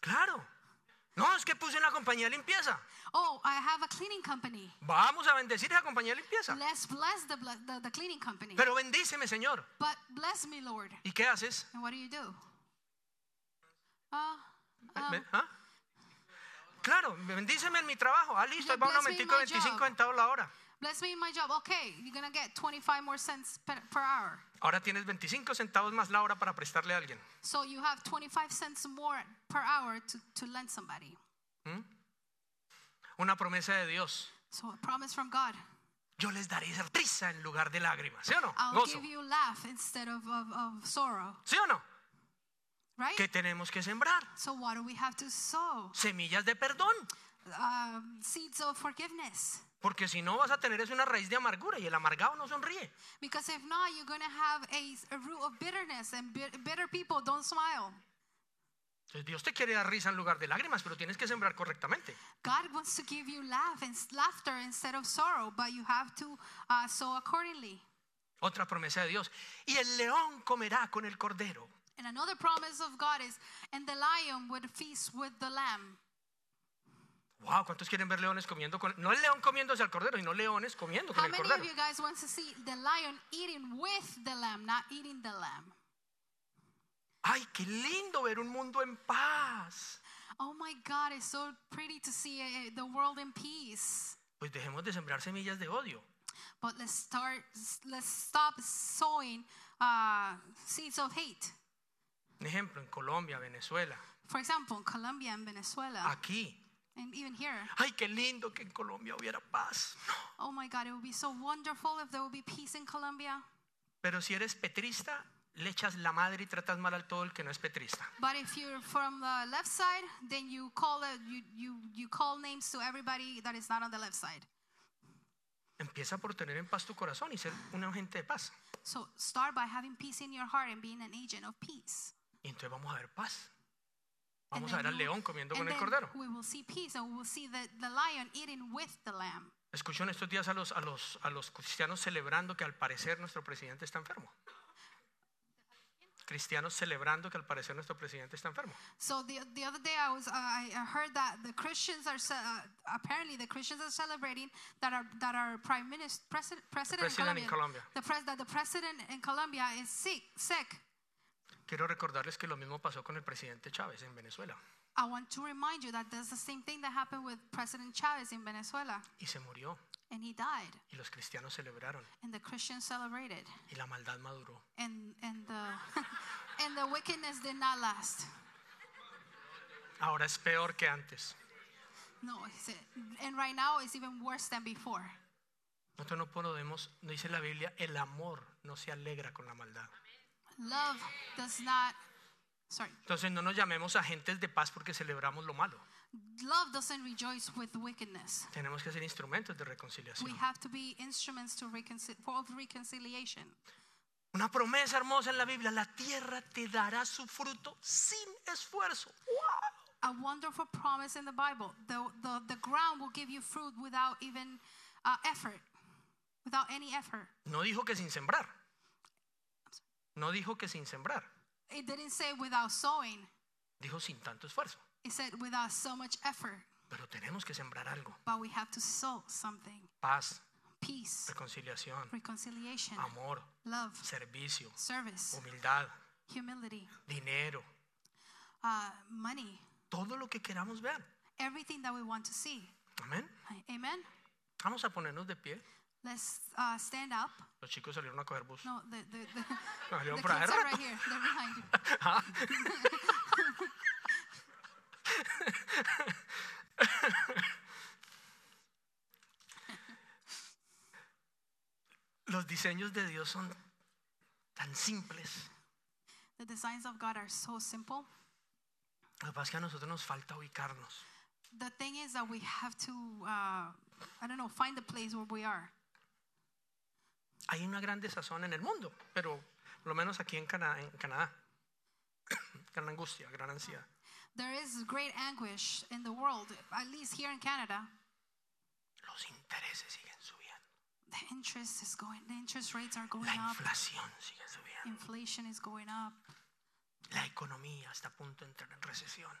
Claro. No, es que puse una compañía de limpieza. Oh, I have a cleaning company. Vamos a bendecir esa compañía de limpieza. Let's bless the, ble- the, the cleaning company. Pero bendíceme, Señor. But bless me, Lord. ¿Y qué haces? And what do you do? Uh, um, Me- ¿Ah? Claro, bendíceme en mi trabajo. Ah, listo, ahí va un Bless me in aumentico de my 25 job. centavos la hora. Bless me in my job. Okay, you're gonna get 25 more cents per, per hour. Ahora tienes 25 centavos más la hora para prestarle a alguien. So you have 25 cents more per hour to, to lend somebody. ¿Mm? Una promesa de Dios. So a promise from God. Yo les daré risa en lugar de lágrimas. ¿Sí o no? I'll Gozo. give you laugh instead of, of, of sorrow, ¿Sí o no? right? ¿Qué tenemos que sembrar? So what do we have to sow? Semillas de perdón. Um, seeds of forgiveness. Porque si no vas a tener es una raíz de amargura y el amargado no sonríe. Because if not, you're going to have a, a root of bitterness, and bit- bitter people don't smile. Entonces Dios te quiere dar risa en lugar de lágrimas, pero tienes que sembrar correctamente. God wants to give you laugh and s- laughter instead of sorrow, but you have to uh, sow accordingly. Otra promesa de Dios. Y el león comerá con el cordero. And another promise of God is, and the lion would feast with the lamb. Wow, ¿cuántos quieren ver leones comiendo con no el león comiéndose al cordero, sino leones comiendo con How el many cordero? of you guys want to see the lion eating with the lamb, not eating the lamb? Ay, qué lindo ver un mundo en paz. Oh my God, it's so pretty to see eh, the world in peace. Pues dejemos de sembrar semillas de odio. But let's start. Let's stop sowing uh, seeds of hate. Un ejemplo en Colombia, Venezuela, For example, in Colombia and Venezuela, aquí. and even here. Ay, qué lindo que en Colombia hubiera paz. Oh my God, it would be so wonderful if there would be peace in Colombia. Pero si eres petrista, le echas la madre y tratas mal a todo el que no es petrista. But if you're from the left side, then you call it, you, you, you call names to everybody that is not on the left side. Empieza por tener en paz tu corazón y ser un agente de paz. So start by having peace in your heart and being an agent of peace. Y entonces vamos a ver paz. And Vamos a then ver al you- león comiendo and con el then cordero. We will see peace and we will see the, the lion eating with the lamb. Escucho en estos días a los, a, los, a los cristianos celebrando que al parecer nuestro presidente está enfermo. Cristianos celebrando que al parecer nuestro presidente está enfermo. So the, the other day I was uh, I I heard that the Christians are ce- uh, apparently the Christians are celebrating that our that our prime minister president president, President in in Colombia, Colombia. the pres that the president in Colombia is sick sick. Quiero recordarles que lo mismo pasó con el presidente Chávez en Venezuela I want to remind you that there's the same thing that happened with President Chavez in Venezuela, y se murió and he died, y los cristianos celebraron and the Christians celebrated, y la maldad maduró. and and the and the wickedness did not last. Ahora es peor que antes. No, he said, and right now it's even worse than before. Nosotros no podemos, no dice la Biblia, el amor no se alegra con la maldad. Love does not. Sorry. Entonces no nos llamemos agentes de paz porque celebramos lo malo. Love doesn't rejoice with wickedness. Tenemos que ser instrumentos de We reconciliación. have to be instruments to reconcil- for of reconciliation. Una promesa hermosa en la Biblia, la tierra te dará su fruto sin esfuerzo. A wonderful promise in the Bible. The, the, the ground will give you fruit without even uh, effort, without any effort. No dijo que sin sembrar. No dijo que sin sembrar. It didn't say without sowing, Dijo sin tanto esfuerzo. it said without so much effort. Pero tenemos que sembrar algo. But we have to sow something Paz, peace, reconciliación, reconciliation, amor, love, servicio, service, humildad, humility, dinero. uh, money, Todo lo que queramos ver. everything that we want to see. Amén. Amen. Vamos a ponernos de pie. Let's uh, stand up. Los chicos salieron a coger bus. No, the the the, No, yo the por ahí kids are rato. right here. They're behind you. Ah. Los diseños de Dios son tan simples. The designs of God are so simple. Lo que pasa es que a nosotros nos falta ubicarnos. The thing is that we have to, uh, I don't know, find the place where we are. Hay una gran desazón en el mundo, pero por lo menos aquí en, Cana- en Canadá. gran angustia, gran ansiedad. There is great anguish in the world, at least here in Canada. Los intereses siguen subiendo. The interest is going, the interest rates are going La up. inflación sigue subiendo. Inflation is going up. La economía está a punto de entrar en recesión.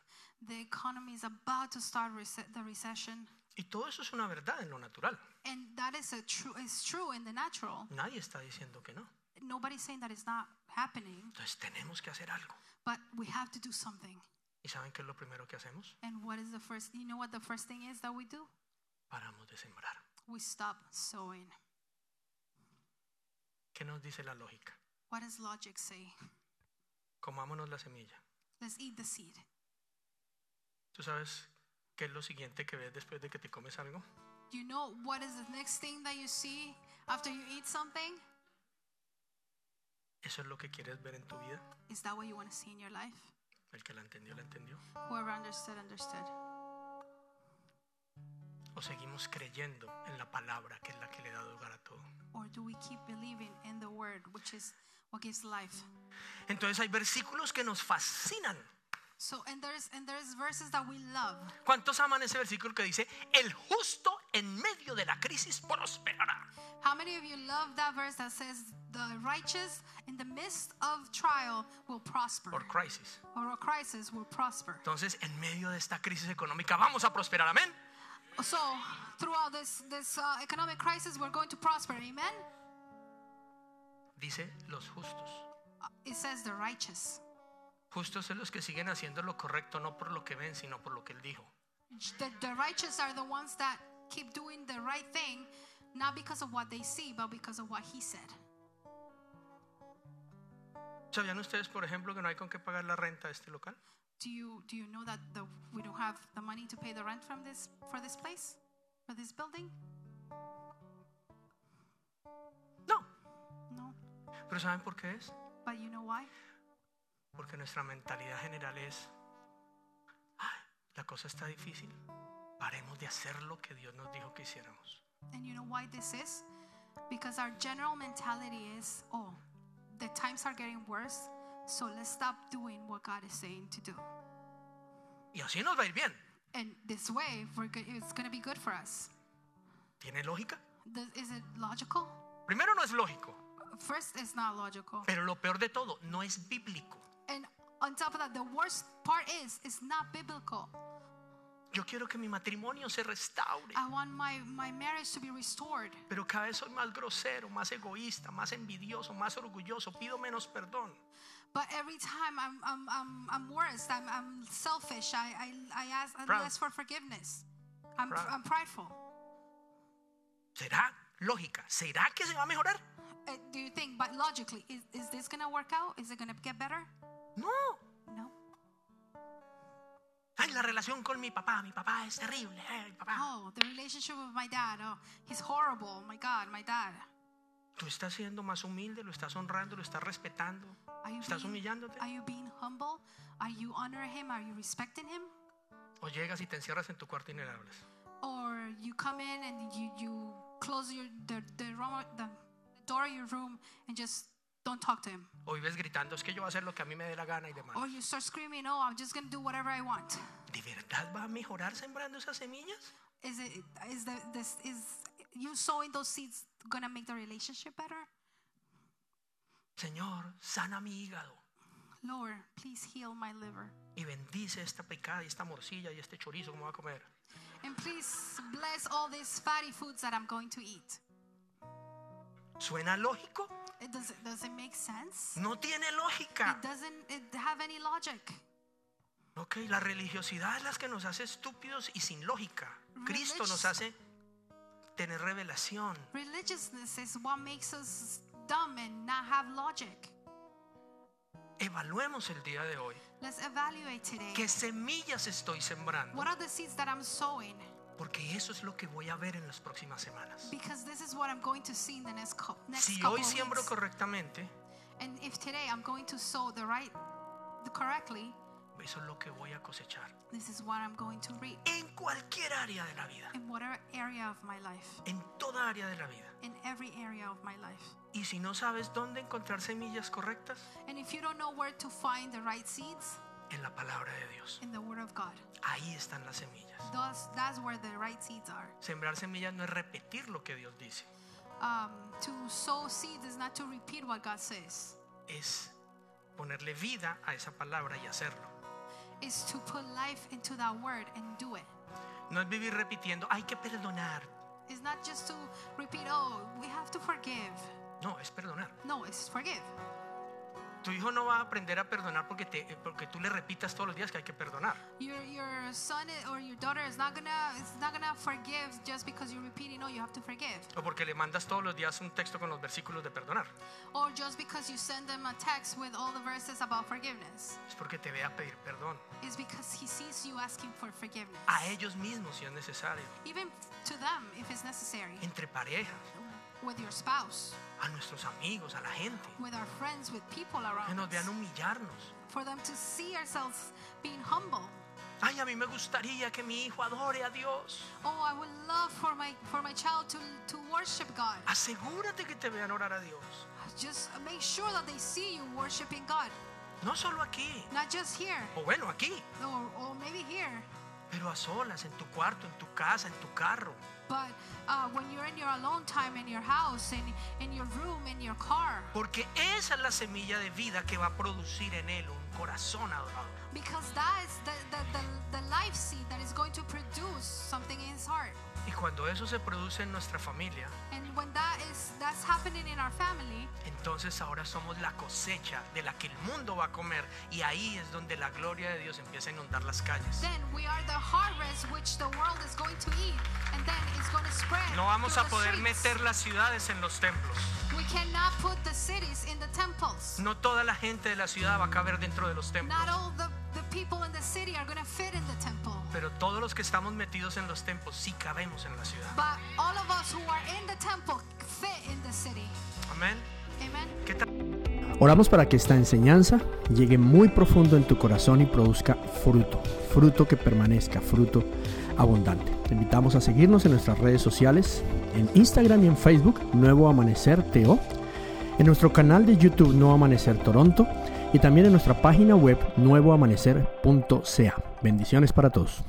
The economy is about to start rece- the recession, Y todo eso es una verdad en lo natural. and that is a true. It's true in the natural. Nadie está diciendo que no. Nobody's saying that it's not happening, Entonces tenemos que hacer algo. but we have to do something. ¿Y saben qué es lo primero que hacemos? And what is the first? You know what the first thing is that we do? Paramos de sembrar. We stop sowing. ¿Qué nos dice la lógica? What does logic say? Comámonos la semilla. Let's eat the seed. ¿Tú sabes qué es lo siguiente que ves después de que te comes algo? You know what is the next thing that you see after you eat something? Eso es lo que quieres ver en tu vida. Is that what you want to see in your life? El que la entendió, la entendió. Whoever understood, understood. o seguimos creyendo en la palabra que es la que le da lugar a todo? Or do we keep believing in the word, which is what gives life? Entonces hay versículos que nos fascinan. So and there's and there's verses that we love. ¿Cuántos aman ese versículo que dice, el justo en medio de la crisis prosperará? How many of you love that verse that says the righteous in the midst of trial will prosper Por crisis. or a crisis will prosper. Entonces, en medio de esta crisis económica vamos a prosperar, amén. So throughout this this uh, economic crisis we're going to prosper. Amen. Dice los justos. Uh, It says the righteous. Justos son los que siguen haciendo lo correcto, no por lo que ven, sino por lo que él dijo. The, the righteous are the ones that keep doing the right thing not because of what they see but because of what he said. ¿Sabían ustedes, por ejemplo, que no hay con qué pagar la renta de este local? Do you do you know that the, we don't have the money to pay the rent from this for this place for this building? No. No. Pero ¿saben por qué es? But you know why? Porque nuestra mentalidad general es, "Ay, la cosa está difícil, paremos de hacer lo que Dios nos dijo que hiciéramos. And you know why this is? Because our general mentality is, oh, the times are getting worse, so let's stop doing what God is saying to do. Y así nos va a ir bien. And this way, we're good, it's going to be good for us. ¿Tiene lógica? Does, is it logical? Primero no es lógico, First, it's not logical. pero lo peor de todo, no es bíblico. And on top of that, the worst part is, it's not biblical. Yo quiero que mi matrimonio se restaure. I want my, my marriage to be restored. Pero cada vez soy más grosero, más egoísta, más envidioso, más orgulloso, pido menos perdón. But every time I'm, I'm, I'm, I'm worse, I'm, I'm selfish, I, I, I ask I Proud. ask for forgiveness. I'm, Proud. I'm prideful. ¿Será lógica? ¿Será que se va a mejorar? Uh, do you think, but logically, is, is this gonna work out? Is it gonna get better? No. No. Ay, la relación con mi papá, mi papá es terrible. ay, papá. Oh, the relationship with my dad. Oh, he's horrible. Oh my God, my dad. Tú estás siendo más humilde, lo estás honrando, lo estás respetando. Are you, Estás being, humillándote. are you being humble? Are you honoring him? Are you respecting him? O llegas y te encierras en tu cuarto y no le hablas. Or you come in and you, you close your the, the, room, the door of your room and just don't talk to him? O vives gritando, es que yo voy a hacer lo que a mí me dé la gana y demás. Or you start screaming, oh, I'm just gonna do whatever I want. ¿De verdad va a mejorar sembrando esas semillas? Is it is the this is you sowing those seeds gonna make the relationship better? Señor, sana mi hígado Lord, please heal my liver. y bendice esta picada y esta morcilla y este chorizo que me voy a comer. And please bless all these fatty foods that I'm going to eat. ¿Suena lógico? It does, does it make sense? No tiene lógica. It doesn't it have any logic. Ok, la religiosidad es la que nos hace estúpidos y sin lógica. Cristo nos Religious- hace tener revelación. Religiousness is what makes us dumb and not have logic. Evaluemos el día de hoy. Let's evaluate today. ¿Qué semillas estoy sembrando? What are the seeds that I'm sowing? Porque eso es lo que voy a ver en las próximas semanas. Because this is what I'm going to see in the next, cou- next Si couple hoy of siembro weeks. correctamente, And if today I'm going to sow the right, the correctly, eso es lo que voy a cosechar. this is what I'm going to reap En cualquier área de la vida. in whatever area of my life, En toda área de la vida. in every area of my life. Y si no sabes dónde encontrar semillas correctas, And if you don't know where to find the right seeds en la palabra de Dios. in the Word of God, Ahí están las semillas. thus that's where the right seeds are. Sembrar semillas no es repetir lo que Dios dice, Um, to sow seeds is not to repeat what God says; es ponerle vida a esa palabra y hacerlo. it's to put life into that word and do it. No es vivir repitiendo, hay que perdonar. It's not just to repeat, "Oh, we have to forgive." No, es perdonar. No, it's forgive. Tu hijo no va a aprender a perdonar porque, te, eh, porque tú le repitas todos los días que hay que perdonar. Your your son i- or your daughter is not gonna is not gonna forgive just because you're repeating. No, you have to forgive, O porque le mandas todos los días un texto con los versículos de perdonar. or just because you send them a text with all the verses about forgiveness. Es porque te ve a pedir perdón. It's because he sees you asking for forgiveness, A ellos mismos si es necesario. even to them if it's necessary, Entre parejas, with your spouse, a nuestros amigos, a la gente. with our friends, with people Que around nos us, vean humillarnos. for them to see ourselves being humble. Ay, a mí me gustaría que mi hijo adore a Dios. Oh, I would love for my for my child to to worship God. Asegúrate que te vean orar a Dios. Just make sure that they see you worshiping God, No solo aquí, not just here o bueno, aquí, or, or maybe here, pero a solas, en tu cuarto, en tu casa, en tu carro. but uh, when you're in your alone time in your house, in in your room, in your car, Porque esa es la semilla de vida que va a producir en él un corazón adorador. because that is the the, the, the life seed that is going to produce something in his heart. Y cuando eso se produce en nuestra familia, And when that is that's happening in our family, entonces ahora somos la cosecha de la que el mundo va a comer. Y ahí es donde la gloria de Dios empieza a inundar las calles. then we are the harvest which the world is going to eat, and then it's going to spread. No vamos through a the poder streets. meter las ciudades en los templos. We cannot put the cities in the temples. No toda la gente de la ciudad va a caber dentro de los templos. Not all the, the people in the city are going to fit in the temple. Pero todos los que estamos metidos en los templos sí cabemos en la ciudad. But all of us who are in the temple fit in the city. Amén. Amen. ¿Qué tal? Oramos para que esta enseñanza llegue muy profundo en tu corazón y produzca fruto, fruto que permanezca, fruto abundante. Te invitamos a seguirnos en nuestras redes sociales, en Instagram y en Facebook, Nuevo Amanecer TO, en nuestro canal de YouTube Nuevo Amanecer Toronto y también en nuestra página web nuevoamanecer.ca. Bendiciones para todos.